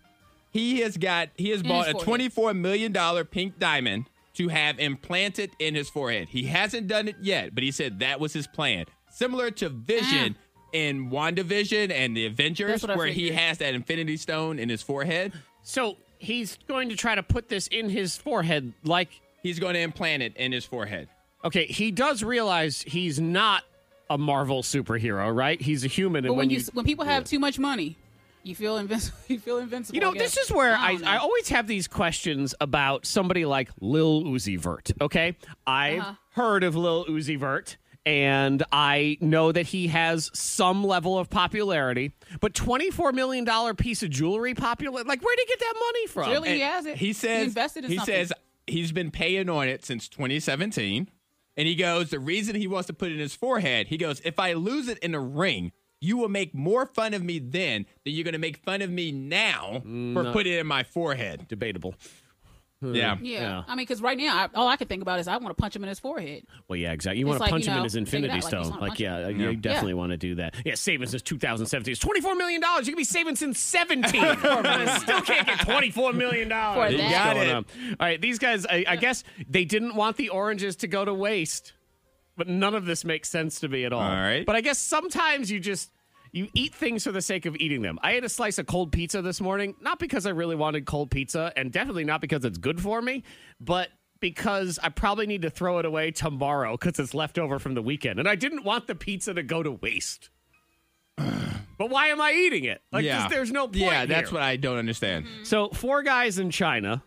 C: He has got he has
D: In
C: bought
D: his
C: a twenty
D: forehead.
C: four million dollar pink diamond to have implanted in his forehead. He hasn't done it yet, but he said that was his plan. Similar to Vision in WandaVision and the Avengers,
D: Ah. That's what I
C: where he
D: figured.
C: has that infinity stone in his forehead.
A: So he's going to try to put this in his forehead, like
C: He's going to implant it in his forehead.
A: Okay, he does realize he's not a Marvel superhero, right? He's a human, and
D: But when,
A: when,
D: you, when people have too much money, you feel invincible. You feel invincible.
A: you
D: I
A: know,
D: guess.
A: this is where I,
D: don't know.
A: I always have these questions about somebody like Lil Uzi Vert. Okay, I've
D: Uh-huh.
A: heard of Lil Uzi Vert, and I know that he has some level of popularity, but twenty four million dollar piece of jewelry, popular, like where did he get that money from?
D: Really?
C: And
D: he has it.
C: He
D: He
C: says
D: invested in
C: he
D: something.
C: says he's been paying on it since 2017. And he goes, the reason he wants to put it in his forehead, he goes, if I lose it in a ring, you will make more fun of me then than you're going to make fun of me now for putting it in my forehead.
A: Debatable.
C: Yeah.
D: Yeah.
A: Yeah.
D: I mean, because right now, I, all I can think about is I want to punch him in his forehead.
A: Well, yeah, exactly. You
D: It's
A: want to
D: like,
A: punch
D: you
A: him in
D: know,
A: his
D: take it
A: infinity
D: out, like,
A: stone.
D: he's
A: Like,
D: not
A: yeah,
D: punching.
A: you
D: Yeah.
A: definitely want to do that. Yeah, savings since 2017 is $24 million. You can be saving since 17. I still can't get $24 million.
D: For
A: What's
D: that.
C: Got
A: going
C: it.
A: on? All right, these guys, I, I guess they didn't want the oranges to go to waste, but none of this makes sense to me at all.
C: All right.
A: But I guess sometimes you just. You eat things for the sake of eating them. I ate a slice of cold pizza this morning, not because I really wanted cold pizza, and definitely not because it's good for me, but because I probably need to throw it away tomorrow because it's left over from the weekend. And I didn't want the pizza to go to waste. but why am I eating it? Like,
C: yeah.
A: just- there's no point.
C: Yeah, that's
A: here.
C: what I don't understand.
D: Mm-hmm.
A: So four guys in China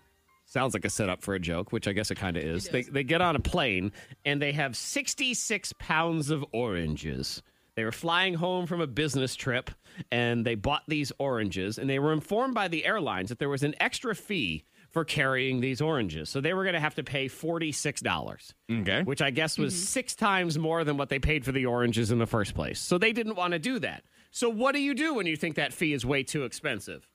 A: sounds like a setup for a joke, which I guess it kind of is. They they get on a plane and they have 66 pounds of oranges. They were flying home from a business trip and they bought these oranges and they were informed by the airlines that there was an extra fee for carrying these oranges. So they were going to have to pay $46
C: Okay.
A: which I guess was six times more than what they paid for the oranges in the first place. So they didn't want to do that. So what do you do when you think that fee is way too expensive?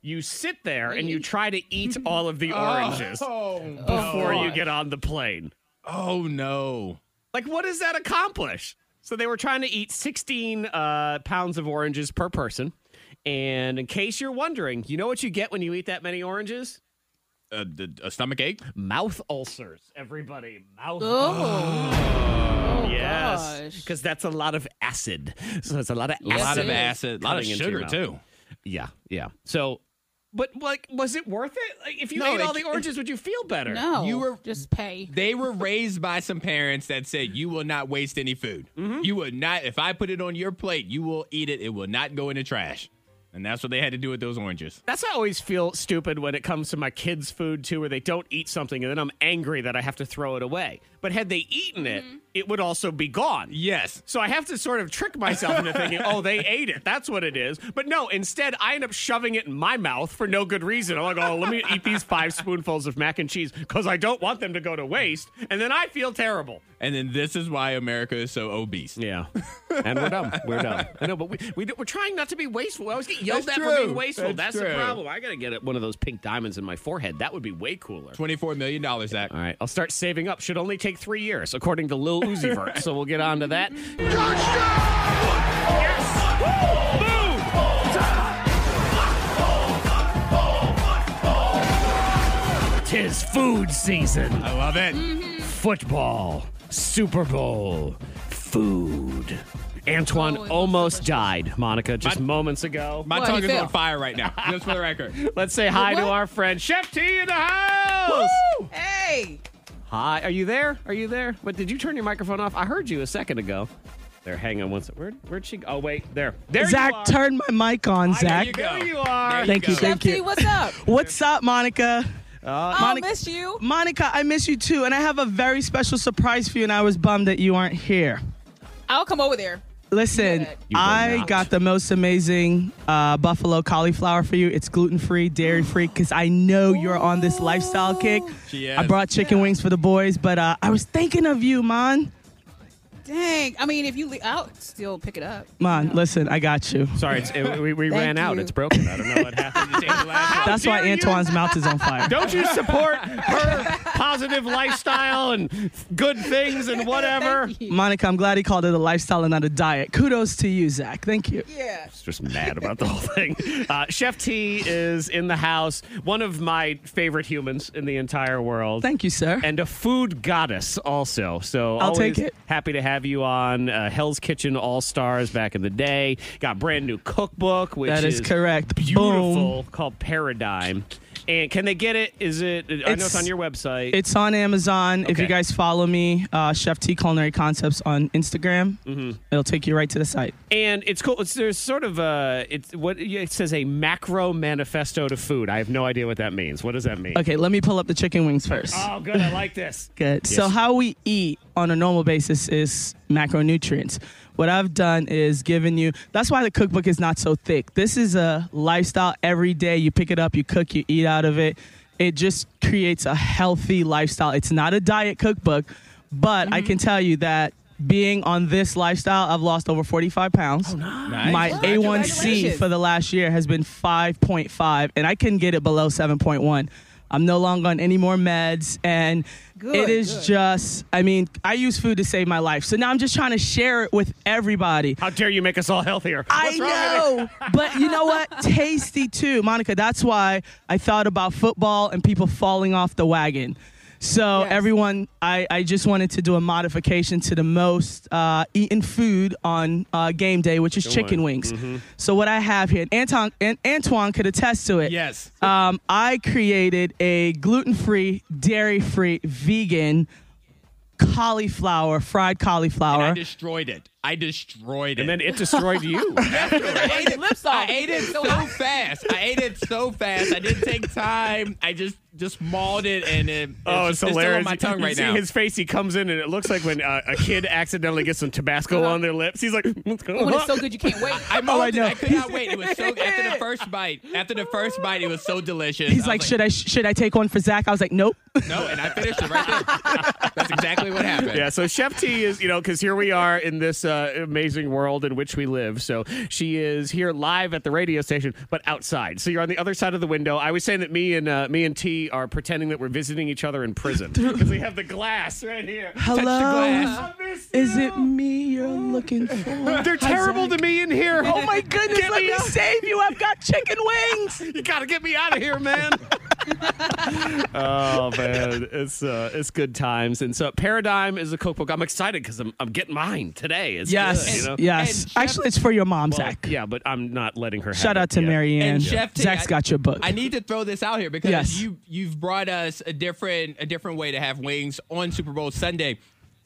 A: You sit there and you try to eat all of the oranges
C: Oh,
A: before
C: no.
A: you get on the plane.
C: Oh, no.
A: Like, what does that accomplish? So they were trying to eat 16 uh, pounds of oranges per person. And in case you're wondering, you know what you get when you eat that many oranges?
C: A, Uh, a stomach ache?
A: Mouth ulcers, everybody. Mouth
D: Oh. Oh,
A: Yes,
D: gosh.
A: because that's a lot of acid. So it's a lot of acid.
C: A lot of acid, a lot of
A: coming into your
C: sugar,
A: mouth.
C: too.
A: Yeah, yeah. So, but like, was it worth it? Like, if you
C: No,
A: ate
C: it-
A: all the oranges, would you feel better?
D: No.
C: You were-
D: just pay.
C: They were raised by some parents that said, You will not waste any food.
A: Mm-hmm.
C: You will not, if I put it on your plate, you will eat it. It will not go into trash. And that's what they had to do with those oranges.
A: That's why I always feel stupid when it comes to my kids' food too, where they don't eat something and then I'm angry that I have to throw it away. But had they eaten it,
D: Mm-hmm.
A: it would also be gone.
C: Yes.
A: So I have to sort of trick myself into thinking, oh, they ate it. That's what it is. But no, instead, I end up shoving it in my mouth for no good reason. I'm like, oh, let me eat these five spoonfuls of mac and cheese because I don't want them to go to waste. And then I feel terrible.
C: And then this is why America is so obese.
A: Yeah. And we're dumb. We're dumb. I know, but we, we, don't- we're trying not to be wasteful. I always get yelled
C: That's
A: at for
C: true.
A: being wasteful.
C: That's
A: That's,
C: true.
A: the problem. I got to get one of those pink diamonds in my forehead. That would be way cooler.
C: $24 million, Zach.
A: All right, I'll start saving up. Should only take three years, according to Lil Uzi Vert. so we'll get on to that. Tis food season.
C: I love it.
D: Mm-hmm.
A: Football, Super Bowl, food. Antoine
D: Oh, it looks
A: almost died, Monica, just moments ago.
C: My
D: What,
C: tongue
D: he
C: is
D: fell?
C: on fire right now, just for the record.
A: Let's say hi to
D: What?
A: our friend Chef T in the house.
D: Hey.
A: Hi, are you there? Are you there? But did you turn your microphone off? I heard you a second ago. There, hang on one second. Where, where'd she? Oh wait, there. There. you
U: Zach,
A: are.
U: turn my mic on,
A: Ah, there
U: Zach.
A: you go. There you are. There you
U: thank you,
A: go.
U: thank
D: Steph
U: you.
D: T, what's up?
U: What's up, Monica?
D: Oh,
U: Moni-
D: miss you.
U: Monica, I miss you too, and I have a very special surprise for you, and I was bummed that you aren't here.
D: I'll come over there.
U: Listen,
D: You will
U: I
D: not.
U: got the most amazing uh, buffalo cauliflower for you. It's gluten free, dairy free, because I know you're on this lifestyle kick.
D: She
U: I
D: is.
U: brought chicken wings for the boys, but uh, I was thinking of you, Mon.
D: Dang. I mean, if you leave, I'll still pick it up.
U: Mon, listen, I got you.
A: Sorry, it's, it, we, we
U: Thank
A: ran out.
U: you.
A: It's broken. I don't know what happened.
U: That's why Antoine's mouth is on fire.
A: Don't you support her positive lifestyle and good things and whatever?
U: Monica, I'm glad he called it a lifestyle and not a diet. Kudos to you, Zach. Thank you.
D: Yeah.
A: just mad about the whole thing. Uh, Chef T is in the house, one of my favorite humans in the entire world.
U: Thank you, sir.
A: And a food goddess also. So
U: I'll
A: always
U: take it.
A: Happy to have you on uh, Hell's Kitchen All Stars back in the day. Got brand new cookbook, which
U: That is correct. Boom.
A: Beautiful, called Paradigm. And can they get it? Is it? I know it's
U: It's-
A: on your website.
U: It's on Amazon. If you
A: Okay.
U: guys follow me, uh, Chef T Culinary Concepts on Instagram,
A: Mhm.
U: it'll take you right to the site.
A: And it's cool. It's there's sort of a it's what it says a macro manifesto to food. I have no idea what that means. What does that mean?
U: Okay, let me pull up the chicken wings first.
A: Oh, good. I like this.
U: Good. So,
A: Yes.
U: how we eat on a normal basis is macronutrients. What I've done is given you, that's why the cookbook is not so thick. This is a lifestyle every day. You pick it up, you cook, you eat out of it. It just creates a healthy lifestyle. It's not a diet cookbook, but I can tell you that being on this lifestyle, I've lost over 45 pounds.
A: Nice.
U: My A1C
A: Congratulations.
U: for the last year has been 5.5, and I couldn't get it below 7.1. I'm no longer on any more meds, and it is just, I mean, I use food to save my life. So now I'm just trying to share it with everybody.
A: How dare you make us all healthier?
U: I know, but you know what? Tasty too, Monica. That's why I thought about football and people falling off the wagon. So everyone, I, I just wanted to do a modification to the most uh, eaten food on uh, game day, which is
A: Good
U: chicken
A: one.
U: wings.
A: Mhm.
U: So what I have here, and Anton and Antoine could attest to it.
A: Yes.
U: um, I created a gluten-free, dairy-free, vegan cauliflower, fried cauliflower.
C: I destroyed it. I destroyed it. And
A: then it destroyed you.
C: I ate it, I ate it so fast. I ate it so fast. I didn't take time. I just just mauled it and it,
A: Oh, it's,
C: still
A: hilarious!
C: on my tongue
A: you
C: right
A: see
C: now.
A: his face. He comes in, and it looks like when uh, a kid accidentally gets some Tabasco on their lips. He's like, "Let's go!"
D: When oh, it's so good, you can't wait.
C: I
U: Oh,
C: mauled
U: I
C: it.
U: know.
C: I could not wait. It was so after the first bite. After the first bite, it was so delicious.
U: He's
C: I
U: like,
C: was
U: should I should I take one for Zach? I was like, nope.
C: no, and I finished it right there. That's exactly what happened.
A: Yeah, so Chef T is, you know, because here we are in this uh, amazing world in which we live. So she is here live at the radio station, but outside. So you're on the other side of the window. I was saying that me and uh, me and T are pretending that we're visiting each other in prison because we have the glass right here.
U: Hello.
A: Touch
U: Is it me you're looking for?
A: They're terrible to me in here.
U: Oh my goodness,
A: Get
U: let
A: me
U: me
A: out.
U: save you. I've got chicken wings.
A: You gotta get me out of here, man. the glass. Oh man, it's uh, it's good times. And so Paradigm is a cookbook. I'm excited because I'm I'm getting mine today. It's
U: yes,
A: good, you know?
U: yes. Actually, it's for your mom, Zach.
A: Yeah, but I'm not letting her.
U: Shout
A: have
U: out
A: it
U: to
A: yet.
U: Mary Ann.
C: And Chef T,
U: Zach's
C: I-
U: got your book.
C: I need to throw this out here because
U: Yes.
C: you you've brought us a different a different way to have wings on Super Bowl Sunday.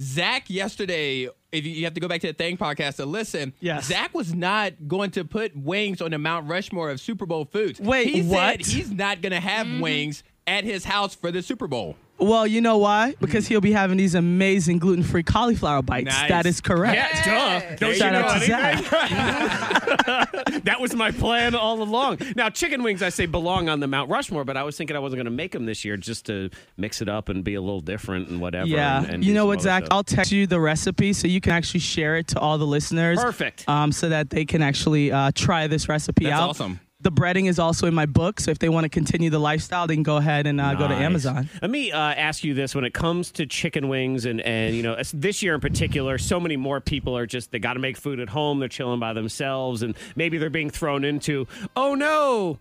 C: Zach yesterday, if you, you have to go back to the Thing podcast to listen,
U: Yes.
C: Zach was not going to put wings on the Mount Rushmore of Super Bowl foods.
U: Wait,
C: he
U: what?
C: said he's not going to have wings at his house for the Super Bowl.
U: Well, you know why? Because he'll be having these amazing gluten-free cauliflower bites.
C: Nice.
U: That is correct.
A: Yeah, duh. Don't you
U: Shout
A: know
U: out to Zach.
A: anything? that was my plan all along. Now, chicken wings, I say belong on the Mount Rushmore, but I was thinking I wasn't going to make them this year just to mix it up and be a little different and whatever.
U: Yeah.
A: and- and
U: you
A: do
U: know
A: some
U: what,
A: other
U: Zach?
A: stuff.
U: I'll text you the recipe so you can actually share it to all the listeners.
A: Perfect.
U: Um, so that they can actually uh, try this recipe
A: That's
U: out.
A: awesome.
U: The breading is also in my book, so if they want to continue the lifestyle, they can go ahead and uh, go to
A: Nice.
U: Amazon.
A: Let me uh, ask you this: When it comes to chicken wings, and and you know as- this year in particular, so many more people are just they got to make food at home. They're chilling by themselves, and maybe they're being thrown into oh no.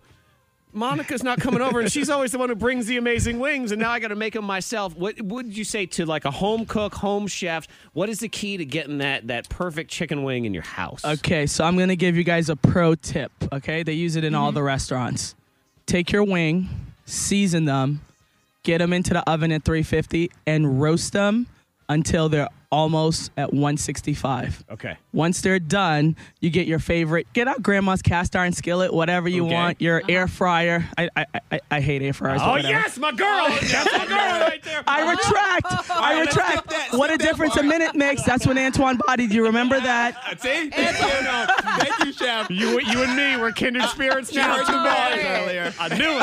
A: Monica's not coming over, and she's always the one who brings the amazing wings, and now I got to make them myself. What would you say to like a home cook, home chef? What is the key to getting that that perfect chicken wing in your house?
U: Okay, so I'm gonna give you guys a pro tip. Okay, they use it in all the restaurants. Take your wing, season them, get them into the oven at 350 and roast them until they're almost at 165.
A: Okay.
U: Once they're done, you get your favorite. Get out grandma's cast iron skillet, whatever you
A: Okay.
U: want. Your air fryer. I I, I, I hate air fryers. but
A: Oh,
U: whatever. Oh,
A: yes, my girl. That's my girl right there.
U: I retract.
A: All right,
U: I
A: let's
U: retract.
A: skip that-
U: what a
A: skip that
U: difference a
A: part.
U: minute makes. That's when Antoine bodied. You remember that?
C: Uh, See? Thank you, Chef. Uh,
A: You, you and me were kindred spirits now.
U: heard
A: Two
U: the bars
A: boys.
U: earlier.
A: I knew it.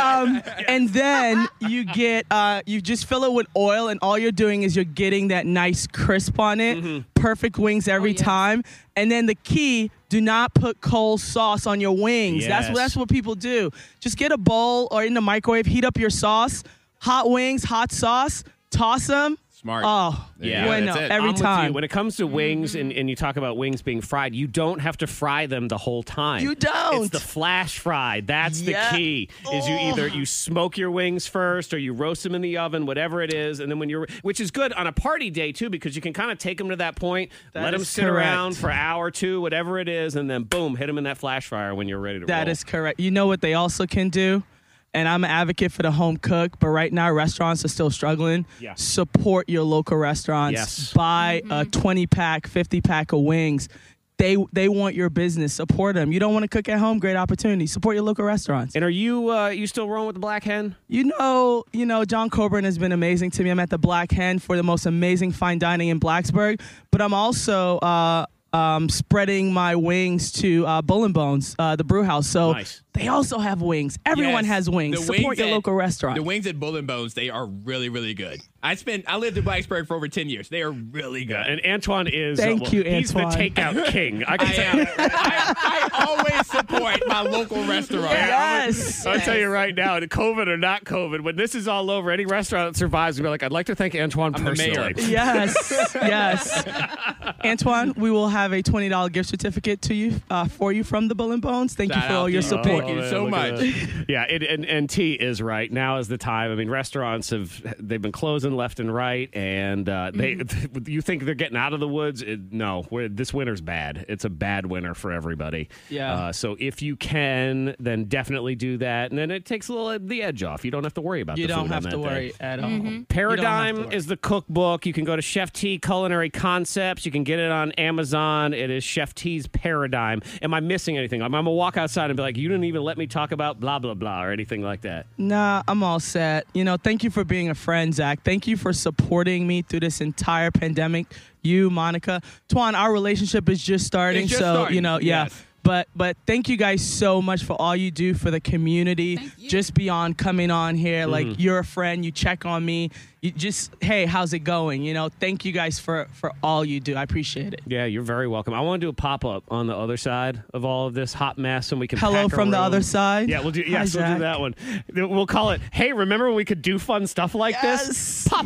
U: Um, and then you get uh, you just fill it with oil, and all you're doing is you're getting that nice crisp on it, perfect wings every time. And then the key: do not put cold sauce on your wings. That's
A: Yes.
U: that's what people do. Just get a bowl or in the microwave, heat up your sauce, hot wings, hot sauce, toss them.
C: Smart.
U: Oh, bueno, every
A: I'm with you.
U: time.
A: When it comes to wings and, and you talk about wings being fried, you don't have to fry them the whole time.
U: You don't.
A: It's the flash fry. That's
U: Yeah.
A: the key. Is you either you smoke your wings first or you roast them in the oven, whatever it is, and then when you're which is good on a party day too because you can kind of take them to that point,
U: That
A: let them
U: is
A: sit
U: correct.
A: around for an hour or two, whatever it is, and then boom, hit them in that flash fryer when you're ready to roll.
U: That is correct. You know what they also can do? And I'm an advocate for the home cook, but right now restaurants are still struggling.
A: Yeah.
U: Support your local restaurants.
A: Yes.
U: Buy a 20 pack, 50 pack of wings. They they want your business. Support them. You don't want to cook at home? Great opportunity. Support your local restaurants.
A: And are you uh, you still rolling with the black hen?
U: You know, you know, John Coburn has been amazing to me. I'm at the Black Hen for the most amazing fine dining in Blacksburg, but I'm also uh, um, spreading my wings to uh, Bull and Bones, uh, the brew house. So
A: Nice.
U: they also have wings. Everyone
C: Yes.
U: has wings.
C: The
U: Support
C: wings
U: your
C: at-
U: local restaurant.
C: The wings at Bull and Bones, they are really, really good. I spent, I lived in Blacksburg for over 10 years. They are really good.
A: And Antoine is
U: Thank
A: well,
U: you,
A: he's the
U: Antoine.
A: takeout king. I can
C: I,
A: tell
C: am, I, I always support my local restaurant.
U: yes.
A: I'll tell you right now, COVID or not COVID, when this is all over, any restaurant that survives will be like, I'd like to thank Antoine
C: I'm the
A: personally.
C: mayor.
U: Yes, yes. Antoine, we will have a twenty dollar gift certificate to you uh, for you from the Bull and Bones. Thank
C: Shout
U: you for
C: out
U: all
C: to
U: your
C: you.
U: support.
C: Thank you
A: Oh,
C: so
A: look at
C: much.
A: that. Yeah, it, and, and T is right. Now is the time. I mean, restaurants have they've been closing left and right, and uh, they
U: Mm-hmm.
A: you think they're getting out of the woods? It- no, we're, this winter's bad. It's a bad winter for everybody.
U: Yeah.
A: Uh, so if you can, then definitely do that, and then it takes a little the edge off. You don't have to worry about.
U: You
A: the
U: don't
A: food on
U: have
A: that
U: to
A: day.
U: worry at all.
A: Paradigm is the cookbook. You can go to Chef T Culinary Concepts. You can get it on Amazon. It is Chef T's Paradigm. Am I missing anything? I'm, I'm gonna walk outside and be like, "You didn't even let me talk about blah blah blah" or anything like that.
U: Nah, I'm all set. You know, thank you for being a friend, Zach. Thank you for supporting me through this entire pandemic. You, Monica, Twan, our relationship is just starting.
C: It's just
U: so
C: starting,
U: you know, yeah.
C: yes.
U: But but thank you guys so much for all you do for the community. Just beyond coming on here, like you're a friend. You check on me. You just hey, how's it going? You know, thank you guys for for all you do. I appreciate it.
A: Yeah, you're very welcome. I want to do a pop up on the other side of all of this hot mess, and we can
U: Hello
A: pack a
U: from the
A: room.
U: other side.
A: Yeah, we'll do.
U: Hi,
A: Yes, we'll
U: Zach.
A: do that one. We'll call it. Hey, remember when we could do fun stuff like this?
U: Yes.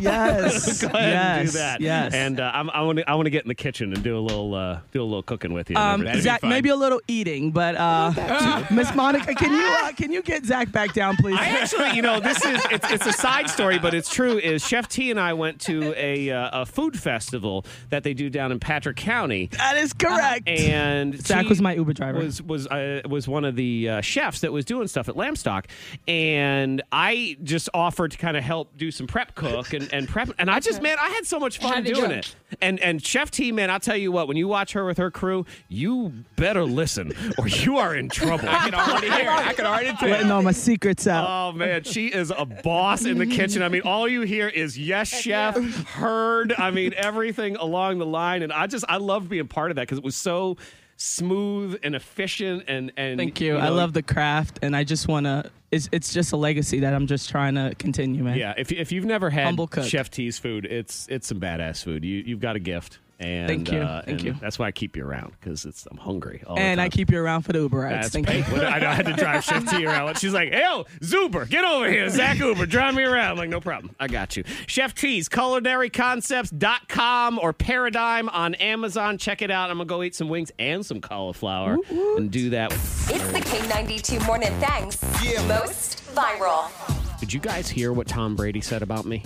U: Yes.
A: Go ahead and
U: Yes.
A: do that.
U: Yes.
A: And uh, I'm, I want to. I want to get in the kitchen and do a little. Uh, do a little cooking with you. and
U: Um,
A: everything.
U: Zach, maybe a little eating, but uh, Miss Monica, can you uh, can you get Zach back down, please?
A: I actually, you know, this is it's, it's a side story, but it's true. Is Chef T and I went to a uh, a food festival that they do down in Patrick County,
U: that is correct.
A: and
U: Zach
A: T
U: was my Uber driver.
A: Was was uh, was one of the uh, chefs that was doing stuff at Lambstock, and I just offered to kind of help do some prep cook and, and prep, and I just man, I had so much
Q: How
A: fun
Q: did it
A: doing
Q: go?
A: it. And and Chef T, man, I'll tell you what, when you watch her with her crew, you better listen, or you are in trouble.
C: I can already hear it. I can already tell.
U: Letting all my secrets out.
A: Oh man, she is a boss in the kitchen. I mean, all you hear is yes, chef, heard. I mean, everything along the line, and I just I love being part of that because it was so smooth and efficient. And and
U: Thank you. I
A: know,
U: love the craft, and I just want to. It's it's just a legacy that I'm just trying to continue, man.
A: Yeah, if if you've never had
U: Humble cook.
A: Chef T's food, it's it's some badass food. You you've got a gift. And,
U: Thank you.
A: uh,
U: Thank
A: and
U: you.
A: That's why I keep you around because it's I'm hungry. All
U: And
A: the
U: I
A: time.
U: keep you around for the Uber
A: That's
U: rides. Thank you.
A: painful. I, know, I had to drive Chef T around. She's like, "Yo, Zuber, get over here, Zach Uber, drive me around." I'm like, no problem, I got you. Chef T's culinaryconcepts.com or Paradigm on Amazon. Check it out. I'm gonna go eat some wings and some cauliflower and do that.
F: It's the K92 Morning Thanks most viral.
A: Did you guys hear what Tom Brady said about me?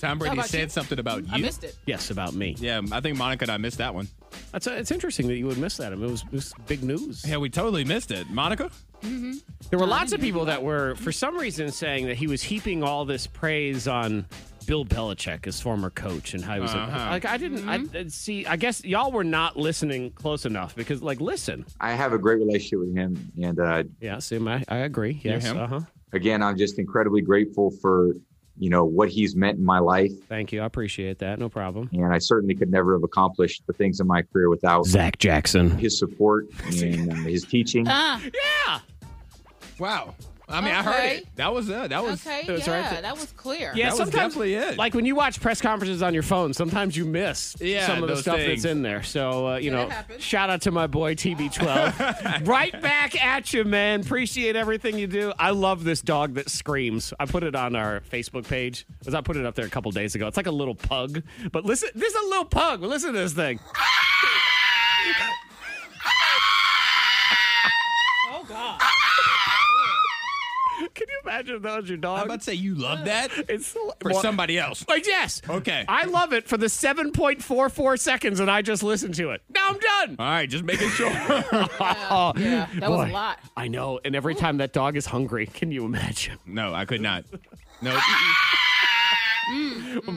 C: Tom
Q: How
C: Brady
Q: about
C: said
Q: you?
C: something about you.
Q: I missed it.
A: Yes, about me.
C: Yeah, I think Monica and I missed that one.
A: That's it's interesting that you would miss that. I mean, it was, it was big news.
C: Yeah, we totally missed it. Monica?
D: Mm-hmm.
A: There were lots of people that were, for some reason, saying that he was heaping all this praise on Bill Belichick, his former coach, and how he was
Q: Uh-huh.
A: like, I didn't I, I- see. I guess y'all were not listening close enough because, like, listen,
V: I have a great relationship with him, and uh,
A: yeah, same. I, I agree.
V: You're
A: Yes,
V: him?
A: uh huh.
V: again, I'm just incredibly grateful for you know what he's meant in my life,
A: Thank you. I appreciate that. No problem.
V: and I certainly could never have accomplished the things in my career without
A: Zach Jackson,
V: his support, and uh, his teaching.
D: Ah,
A: yeah.
C: Wow. I mean, I heard
D: Okay.
C: it. That was uh, that was
D: okay,
A: it was
D: yeah,
A: right there.
D: that was clear.
A: Yeah, sometimes,
C: definitely it.
A: like when you watch press conferences on your phone, sometimes you miss
C: Yeah,
A: some of the
C: those
A: stuff
C: things.
A: that's in there. So, uh, you
C: Yeah,
A: know,
C: it happens.
A: shout out to my boy TB12. right back at you, man. Appreciate everything you do. I love this dog that screams. I put it on our Facebook page. 'cause I put it up there a couple days ago. It's like a little pug, but listen, this is a little pug. but Listen to this thing.
D: Oh God.
A: Can you imagine if that was your dog? I'm about
C: to say you love that.
A: It's
C: for
A: Well,
C: somebody else.
A: Like yes.
C: Okay.
A: I love it for the 7.44 seconds that I just listened to it. Now I'm done.
C: All right, just making sure.
A: yeah,
D: that was a lot.
A: I know. And every time that dog is hungry, can you imagine?
C: No, I could not. No.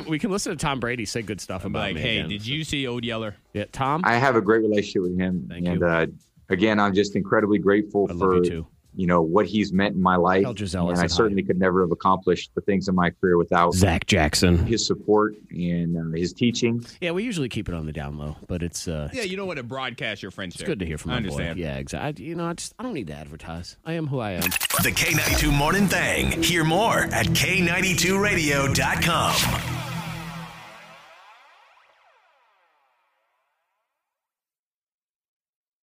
A: We can listen to Tom Brady say good stuff about
C: Hmm. like,
A: me.
C: hey,
A: again.
C: did you see Old Yeller?
A: Yeah, Tom.
V: I have a great relationship with him, and uh, again, I'm just incredibly grateful for
A: you
V: you, know what he's meant in my life,
A: Tell Giselle I
V: and
A: said
V: I
A: hi.
V: certainly could never have accomplished the things in my career without
A: Zach Jackson,
V: his support, and uh, his teaching.
A: Yeah, we usually keep it on the down low, but it's uh,
C: Yeah, you don't want to broadcast your friendship.
A: it's good to hear from
C: I
A: my
C: understand.
A: boy. Yeah, exactly. You know, I just I don't need to advertise. I am who I am.
B: The K92 Morning Thing. Hear more at K92Radio.com.